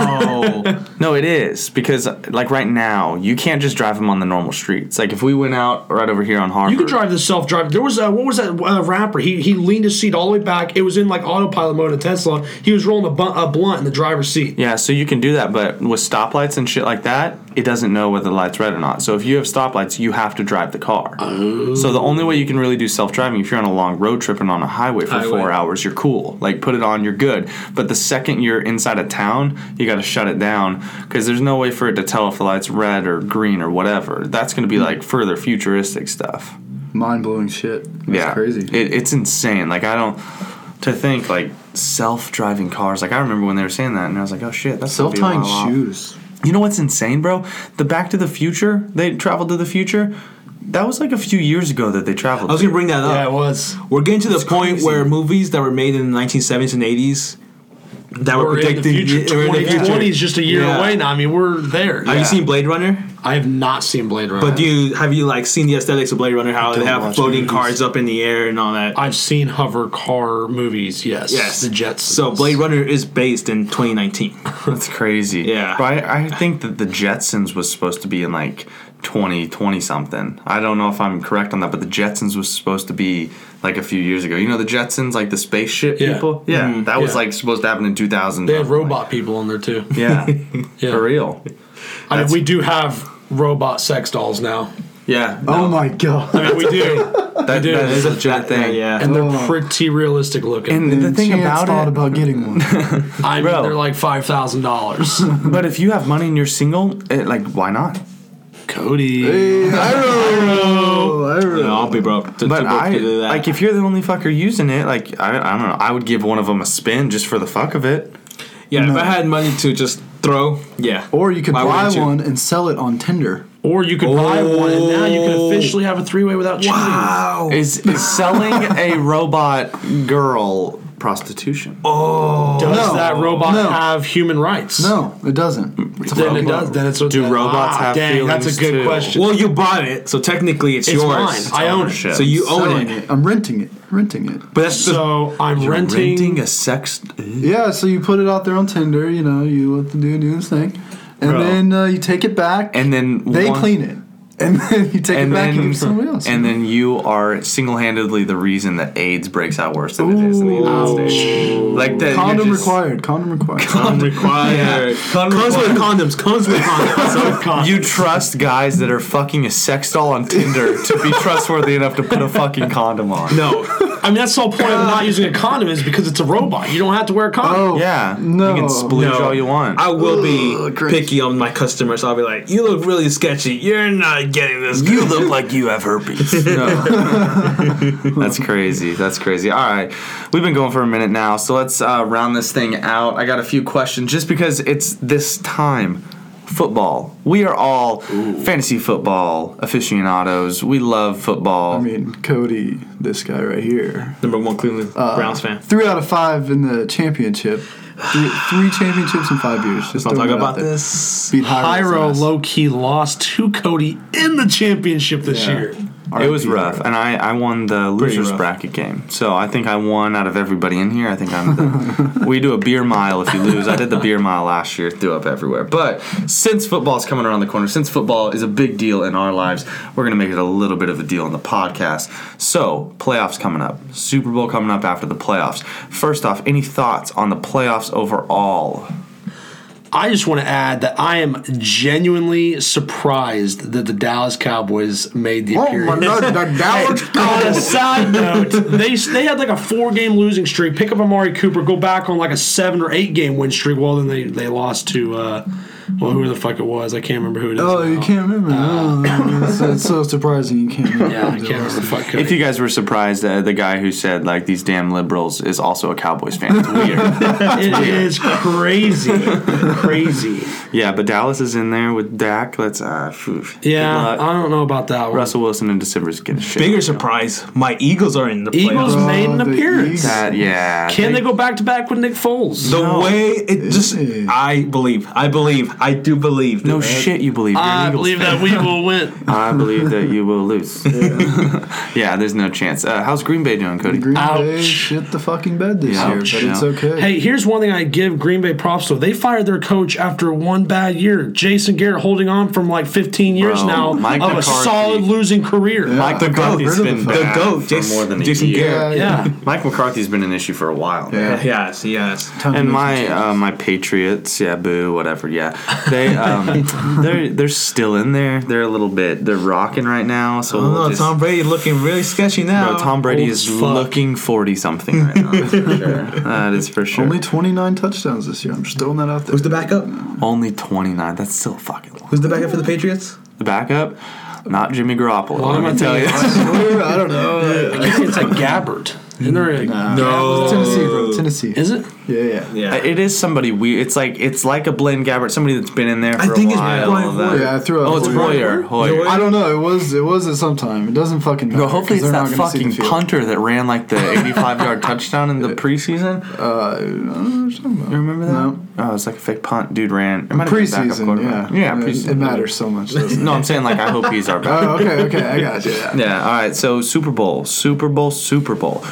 wow.
it. No, it is because like right now you can't just drive them on the normal streets. Like if we went out right over here on Harvard,
you could drive the self-driving. There was a, what was that uh, rapper? He he leaned his seat all the way back. It was in like autopilot mode of Tesla. He was rolling a, bu- a blunt in the driver's seat.
Yeah, so you can do that, but with stoplights and shit like that, it doesn't know whether the light's red or not. So if you have stoplights, you have to drive the car. So the only way you can really do self-driving if you're on a long road trip and on a highway for
Highway.
four hours, you're cool. Like put it on, you're good. But the second you're inside of town, you got to shut it down because there's no way for it to tell if the light's red or green or whatever. That's going to
Hmm.
be like further futuristic stuff.
Mind blowing shit. That's
yeah,
crazy.
It, it's insane. Like I don't to think like self-driving cars. Like I remember when they were saying that, and I was like, oh shit, that's gonna
Self
be a while
tying
off.
shoes.
You know what's insane, bro? The Back to the Future, they traveled to the future. That was like a few years ago that they traveled.
I was gonna bring that up.
it was.
We're getting to the point
crazy.
where movies that were made in the 1970s and 80s that were,
We're in the
predicting
future.
yeah, we're in the future.
2020 is just a year
Yeah.
away now. I mean, we're there.
Have you seen Blade Runner?
I have not seen Blade Runner.
But do you have you like seen the aesthetics of Blade Runner? How they
Don't
have
watch
floating
movies.
cars up in the air and all that.
I've seen hover car movies. Yes.
yes,
The Jetsons.
So Blade Runner is based in 2019.
That's crazy.
Yeah.
But I, I think that the Jetsons was supposed to be in like 2020 something. I don't know if I'm correct on that, but the Jetsons was supposed to be like a few years ago. You know the Jetsons, like the spaceship
Yeah.
people? Yeah. that was
yeah.
like supposed to happen in 2000.
they had robot people in there too.
Yeah.
Yeah.
For real.
I mean, we do have robot sex dolls now.
Yeah.
Oh
no,
my god.
I mean, we do,
that,
dude,
that is a legit
That-
thing.
yeah.
and they're
Oh.
pretty realistic looking.
And the thing
Chance
about
thought
it,
about getting one.
I mean,
Bro.
they're like five thousand dollars.
but if you have money and you're single, it, like why not?
Cody,
oh, I don't
Yeah,
know.
I'll be broke. To,
But
to both
I
to do that.
like if you're the only fucker using it, like I, I don't know, I would give one of them a spin just for the fuck of it.
yeah, if
No.
I had money to just throw, yeah.
Or you could
Why
buy
wouldn't you?
one and sell it on Tinder.
or you could buy one, and now you can
Oh.
officially have a three-way without cheating.
Wow.
Is, is selling a robot girl prostitution?
Oh.
Does
No.
that robot
No.
have human rights?
No, it doesn't. It's a
Then it
robot.
does. Then it's Ah,
Do robots have
dang, That's a
feelings
good
too?
question.
Well, you bought it, so technically it's,
It's mine.
yours.
I own it.
Ownership.
so you own
Selling
it.
it. I'm renting it. Renting it.
But that's the,
So I'm renting.
renting a sex.
Yeah, so you put it out there on Tinder. You know, you let the dude do his thing, and
Bro.
then uh, you take it back,
And then
they
one-
clean it, and then you take
And
it back
then,
and give it to somebody else.
and then you are single-handedly the reason that AIDS breaks out worse than it is in the United
Ooh.
States. Like that,
condom
you're just-
required. Condom required.
required. Comes with condoms. Comes with condoms.
You trust guys that are fucking a sex doll on Tinder to be trustworthy enough to put a fucking condom on.
no.
I mean, that's the whole point of not using a condom is because it's a robot. You don't have to wear a condom.
Oh
Yeah,
no.
you can splooge
No.
all you want.
I will be
Ugh, cringe.
picky on my customers. I'll be like, "You look really sketchy. You're not getting this."
You look like you have herpes. That's crazy. That's crazy. All right. We've been going for a minute now, so let's uh, round this thing out. I got a few questions just because it's this time. Football. We are all fantasy football aficionados. We love football.
I mean, Cody, this guy right here.
Number one Cleveland Browns fan.
Three out of five in the championship. Three, three championships in five years. Just
Don't
throwing
talk
it out
about
there.
this.
Beat
Pyro
Hyro's ass.
low key lost to Cody in the championship this
Yeah.
year.
it was
R.I.P.
rough, and I, I won the losers
rough.
bracket game. So I think I won out of everybody in here. I think I'm. The, we do a beer mile if you lose. I did the beer mile last year, threw up everywhere. But since football's coming around the corner, since football is a big deal in our lives, we're gonna make it a little bit of a deal on the podcast. So playoffs coming up, Super Bowl coming up after the playoffs. First off, any thoughts on the playoffs overall?
I just want to add that I am genuinely surprised that the Dallas Cowboys made
Oh
Oh,
the appearance. on a side note, they they had like a four game losing streak. Pick up Amari Cooper, go back on like a seven or eight game win streak. Well, then they, they lost to uh, well, who the fuck it was. I can't remember who it is.
Oh,
now.
you can't remember.
Uh,
oh, it's, it's so surprising you can't remember.
Yeah, I can't remember the fuck. who
If
it-
you guys were surprised that the guy who said like these damn liberals is also a Cowboys fan, it's weird.
it is crazy, crazy.
yeah, but Dallas is in there with Dak. Let's uh, phew. Good
Yeah,
luck.
I don't know about that one.
Russell Wilson and December's getting shit.
Bigger surprise, my Eagles are in the
Eagles
playoffs.
made an
the
appearance.
Eagles.
That- yeah.
Can they go back to back with Nick Foles?
The way it just,
is.
I believe, I believe, I do believe.
No
that-
shit, you believe. You're an
I
Eagles
believe
fan.
that we will win.
I believe that you will lose. yeah, there's no chance. Uh, how's Green Bay doing, Cody?
Green Bay
Ouch.
shit the fucking bed this
Yeah.
year,
Ouch,
but
yeah.
it's okay.
Hey, here's one thing I give Green Bay props to. They fired their coach after one bad year. Jason Garrett holding on from like 15 years
Bro,
now
Mike
of a
McCarthy.
solid losing career.
Mike
Yeah,
McCarthy's
rid of
been
the
bad
The goat,
for
Jason-
more than a
Jason
year.
Garrett.
Yeah.
Mike McCarthy's been an issue for a while. man.
Yeah.
Yes, yes.
Time to
And
make
my
some
uh, my Patriots, yeah, boo, whatever, yeah. They um, they're they're still in there. They're a little bit. They're rocking right now. So
Oh,
we'll
no,
just-
Tom Brady looking really sketchy
Oh,
now.
Bro, Tom Brady
Old
is
as fuck.
looking forty something right now. That's for sure. That is for sure.
Only
Only,
29 touchdowns this year. I'm just throwing that out there.
Who's the backup?
twenty nine. That's still fucking long.
Who's the backup for the Patriots?
The backup, not Jimmy Garoppolo.
Well,
let
I'm
me
not
tell you.
thinking-
Oh,
I don't know.
I think it's like Gabbard. Isn't there a,
It's Tennessee, bro. Tennessee.
Is it?
yeah, yeah.
Yeah.
It is somebody we. It's like it's like a Blaine Gabbert, somebody that's been in there for
I think
a
it's
while.
Brian
that-
Hoyer.
Yeah, I threw out
oh, it's Hoyer.
Hoyer.
Hoyer.
I don't know. It was it was at some time. It doesn't fucking matter.
Bro, hopefully
'cause
it's
they're
that
not gonna see the
fucking
field.
punter that ran like the 85 yard touchdown in the preseason.
Uh, I don't know what you're talking about.
You remember that?
No.
Oh, it's like a fake punt. Dude ran. It might have been a backup
Preseason, yeah.
quarterback. Yeah, preseason.
It, it matters so much. doesn't it?
No, I'm saying like I hope he's our backup.
oh, okay, okay. I got you. Yeah.
yeah. All right. So Super Bowl, Super Bowl, Super Bowl.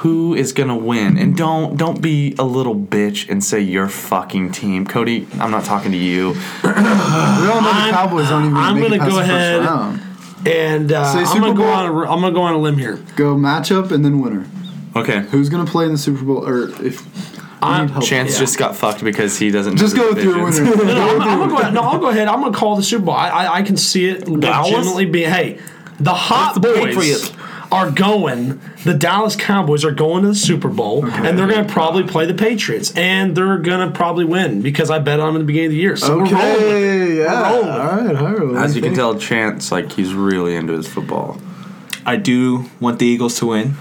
Who is gonna win? And don't don't be a little bitch and say your fucking team, Cody. I'm not talking to you.
We all know the
I'm-
Cowboys don't even
I'm
make
gonna
it past
go
the
ahead-
first round.
And uh,
Say
I'm
Super
gonna go
Bowl.
on. A, I'm gonna go on a limb here.
Go matchup and then winner.
Okay.
Who's gonna play in the Super Bowl? Or if I
I'm-
need help.
Chance
Yeah.
just got fucked because he doesn't.
Just
know
go
the
with your
divisions.
winner.
No, no, I'm, I'm gonna go ahead, no, I'll go ahead. I'm gonna call the Super Bowl. I, I, I can see it
Dallas?
legitimately being. Hey, the hot
That's the
boys
Patriots.
are going. The Dallas Cowboys are going to the Super Bowl, and they're gonna probably play the Patriots, and they're gonna probably win because I bet on them in the beginning of the year. So we're rolling. with it.
Okay, yeah. All
rolling.
right, Harold.
As you can
Thank-
tell, Chance like he's really into his football.
I do want the Eagles to win,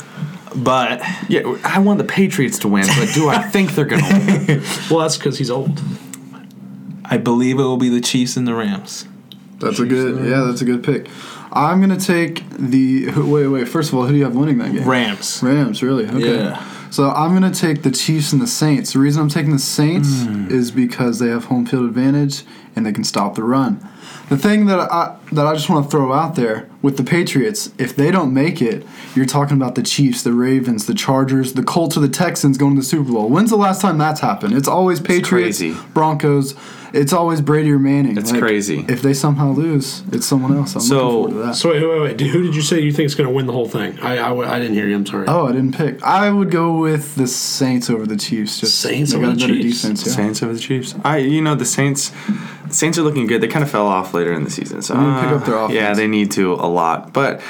but
Yeah, I want the Patriots to win, but do I think they're gonna win?
Well, that's because he's old.
I believe it will be the Chiefs and the Rams.
That's a good. Yeah, that's a good pick. I'm gonna take the. who- Wait, wait. First of all, who do you have winning that game?
Rams.
Rams, really? Okay.
Yeah.
So I'm gonna take the Chiefs and the Saints. The reason I'm taking the Saints
Hmm.
is because they have home field advantage and they can stop the run. The thing that I that I just want to throw out there with the Patriots, if they don't make it, you're talking about the Chiefs, the Ravens, the Chargers, the Colts, or the Texans going to the Super Bowl. When's the last time that's happened? It's always Patriots,
crazy.
Broncos. It's always Brady or Manning.
It's crazy.
If they somehow lose, it's someone else. I'm
So-
looking forward to that.
So wait, wait, wait. Who did you say you think is gonna win the whole thing? I, I, I didn't hear you. I'm sorry.
Oh, I didn't pick. I would go with the Saints over the Chiefs. Just
Saints
they
over
got
the
a better
Chiefs?
defense. Yeah.
Saints over the Chiefs. I, you know, the Saints. Saints are looking good. They kind of fell off later in the season. So
need to pick
uh,
up their offense.
Yeah, they need to a lot. But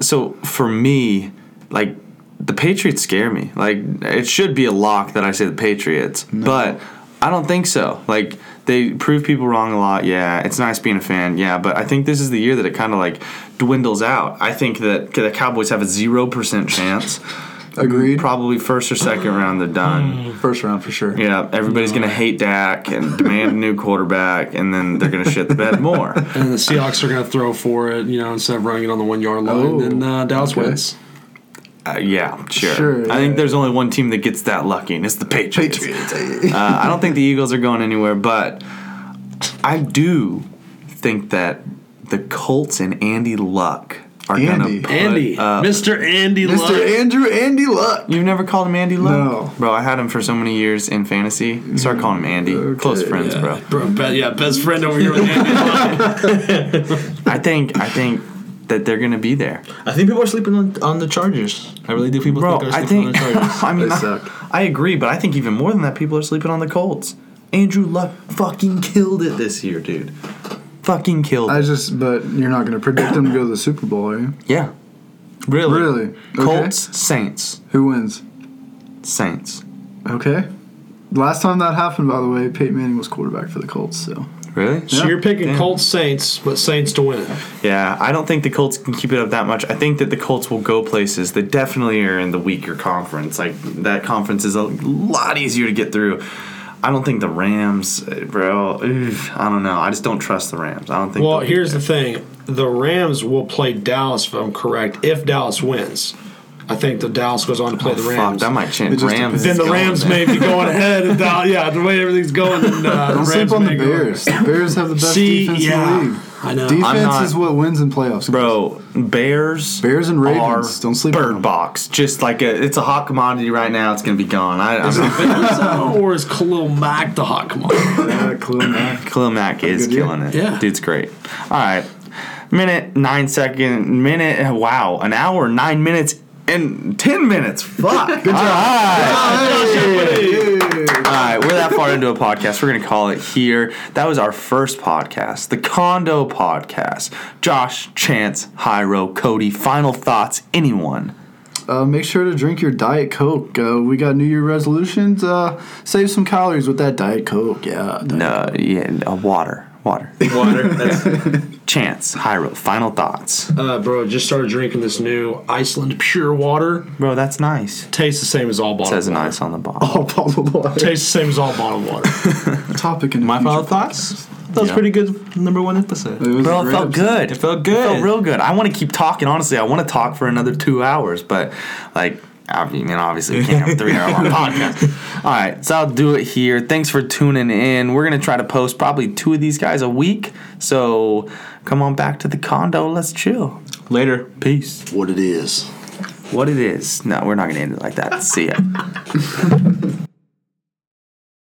so for me, like the Patriots scare me. Like it should be a lock that I say the Patriots, but I don't think so. Like they prove people wrong a lot. Yeah, it's nice being a fan. Yeah, but I think this is the year that it kind of like dwindles out. I think that the Cowboys have a zero percent chance.
Agreed.
Probably first or second round, they're done.
First round for sure.
Yeah, everybody's gonna hate Dak and demand a new quarterback, and then they're gonna shit the bed more.
And the Seahawks are gonna throw for it, you know, instead of running it on the one yard line,
Oh,
and uh, Dallas
okay.
wins.
Uh, yeah, sure.
Sure,
I
yeah.
think there's only one team that gets that lucky, and it's the Patriots.
Patriots.
Uh, I don't think the Eagles are going anywhere, but I do think that the Colts and Andy Luck are
Andy.
gonna put
Andy,
up-
Mr. Andy,
Mr.
Luck.
Andrew Andy Luck.
You've never called him Andy Luck?
No.
Bro, I had him for so many years in fantasy. Start calling him Andy. Close friends, bro.
Bro, be- yeah, best friend over here with Andy.
I think I think that they're gonna be there.
I think people are sleeping on, on the Chargers. I really do. People
Bro,
think
I
they're sleeping
think
on the Chargers.
I mean
They
I,
suck.
I agree, but I think even more than that, people are sleeping on the Colts. Andrew Luck fucking killed it this year, dude. Fucking killed.
I
it.
just, but you're not going to predict them to go to the Super Bowl, are you?
Yeah,
Really?
Really? Okay.
Colts, Saints,
Who wins?
Saints.
Okay. Last time that happened, by the way, Peyton Manning was quarterback for the Colts, so
Really?
So you're picking
Damn.
Colts Saints, but Saints to win it.
Yeah, I don't think the Colts can keep it up that much. I think that the Colts will go places that definitely are in the weaker conference. Like that conference is a lot easier to get through. I don't think the Rams, eh, bro. oof, I don't know. I just don't trust the Rams. I don't think.
Well,
they'll be
here's the
there.
thing: the Rams will play Dallas, if I'm correct. If Dallas wins, I think the Dallas goes on to play the
Oh, Fuck,
Rams.
that might change.
It just
Rams.
depends.
then
is
the
going
Rams
there.
may be going ahead. Of Dallas. Yeah, the way everything's going. Then, uh,
Don't
Rams
sleep on the
may go-
Bears. The Bears have the best
See,
defense
yeah,
in the league.
I know.
Defense
I'm not-
is what wins in playoffs.
Bro, Bears,
Bears and Ravens.
are
Don't sleep on
Bird
them.
box, just like a, it's a hot commodity right now. It's gonna be gone. I, I'm not,
or is Khalil Mack the hot come
Yeah, Khalil Mack.
Khalil Mack is
good year.
killing it.
Yeah.
dude's great. All right, minute nine second minute. Wow, an hour nine minutes and ten minutes. Fuck. Good job. All right. All right, we're that far into a podcast. We're gonna call it here. That was our first podcast, the Condo Podcast. Josh, Chance, Hyro, Cody. Final thoughts. Anyone?
Uh, make sure to drink your Diet Coke. Uh, we got New Year resolutions. Uh, save some calories with that Diet Coke. Yeah.
No, Uh, yeah, no, water, water.
Water. That's,
Chance, Hyro, final thoughts.
Uh, bro, just started drinking this new Iceland pure water.
Bro, that's nice.
Tastes the same as all bottled.
Says
water.
nice on the bottom.
All bottled water.
Tastes the same as all bottled water.
Topic in
my
future.
final thoughts. That was
Yeah.
pretty good. Number one episode.
It was
Bro,
a
it
great
felt
episode.
good.
It
It
felt
felt
good.
real good. I want to keep talking. Honestly, I want to talk for another two hours, but like, I mean, obviously, we can't have a three-hour-long podcast. All right, so I'll do it here. Thanks for tuning in. We're gonna try to post probably two of these guys a week. So come on back to the condo. Let's chill.
Later.
Peace.
what it is.
What it is? No, we're not gonna end it like that. See ya.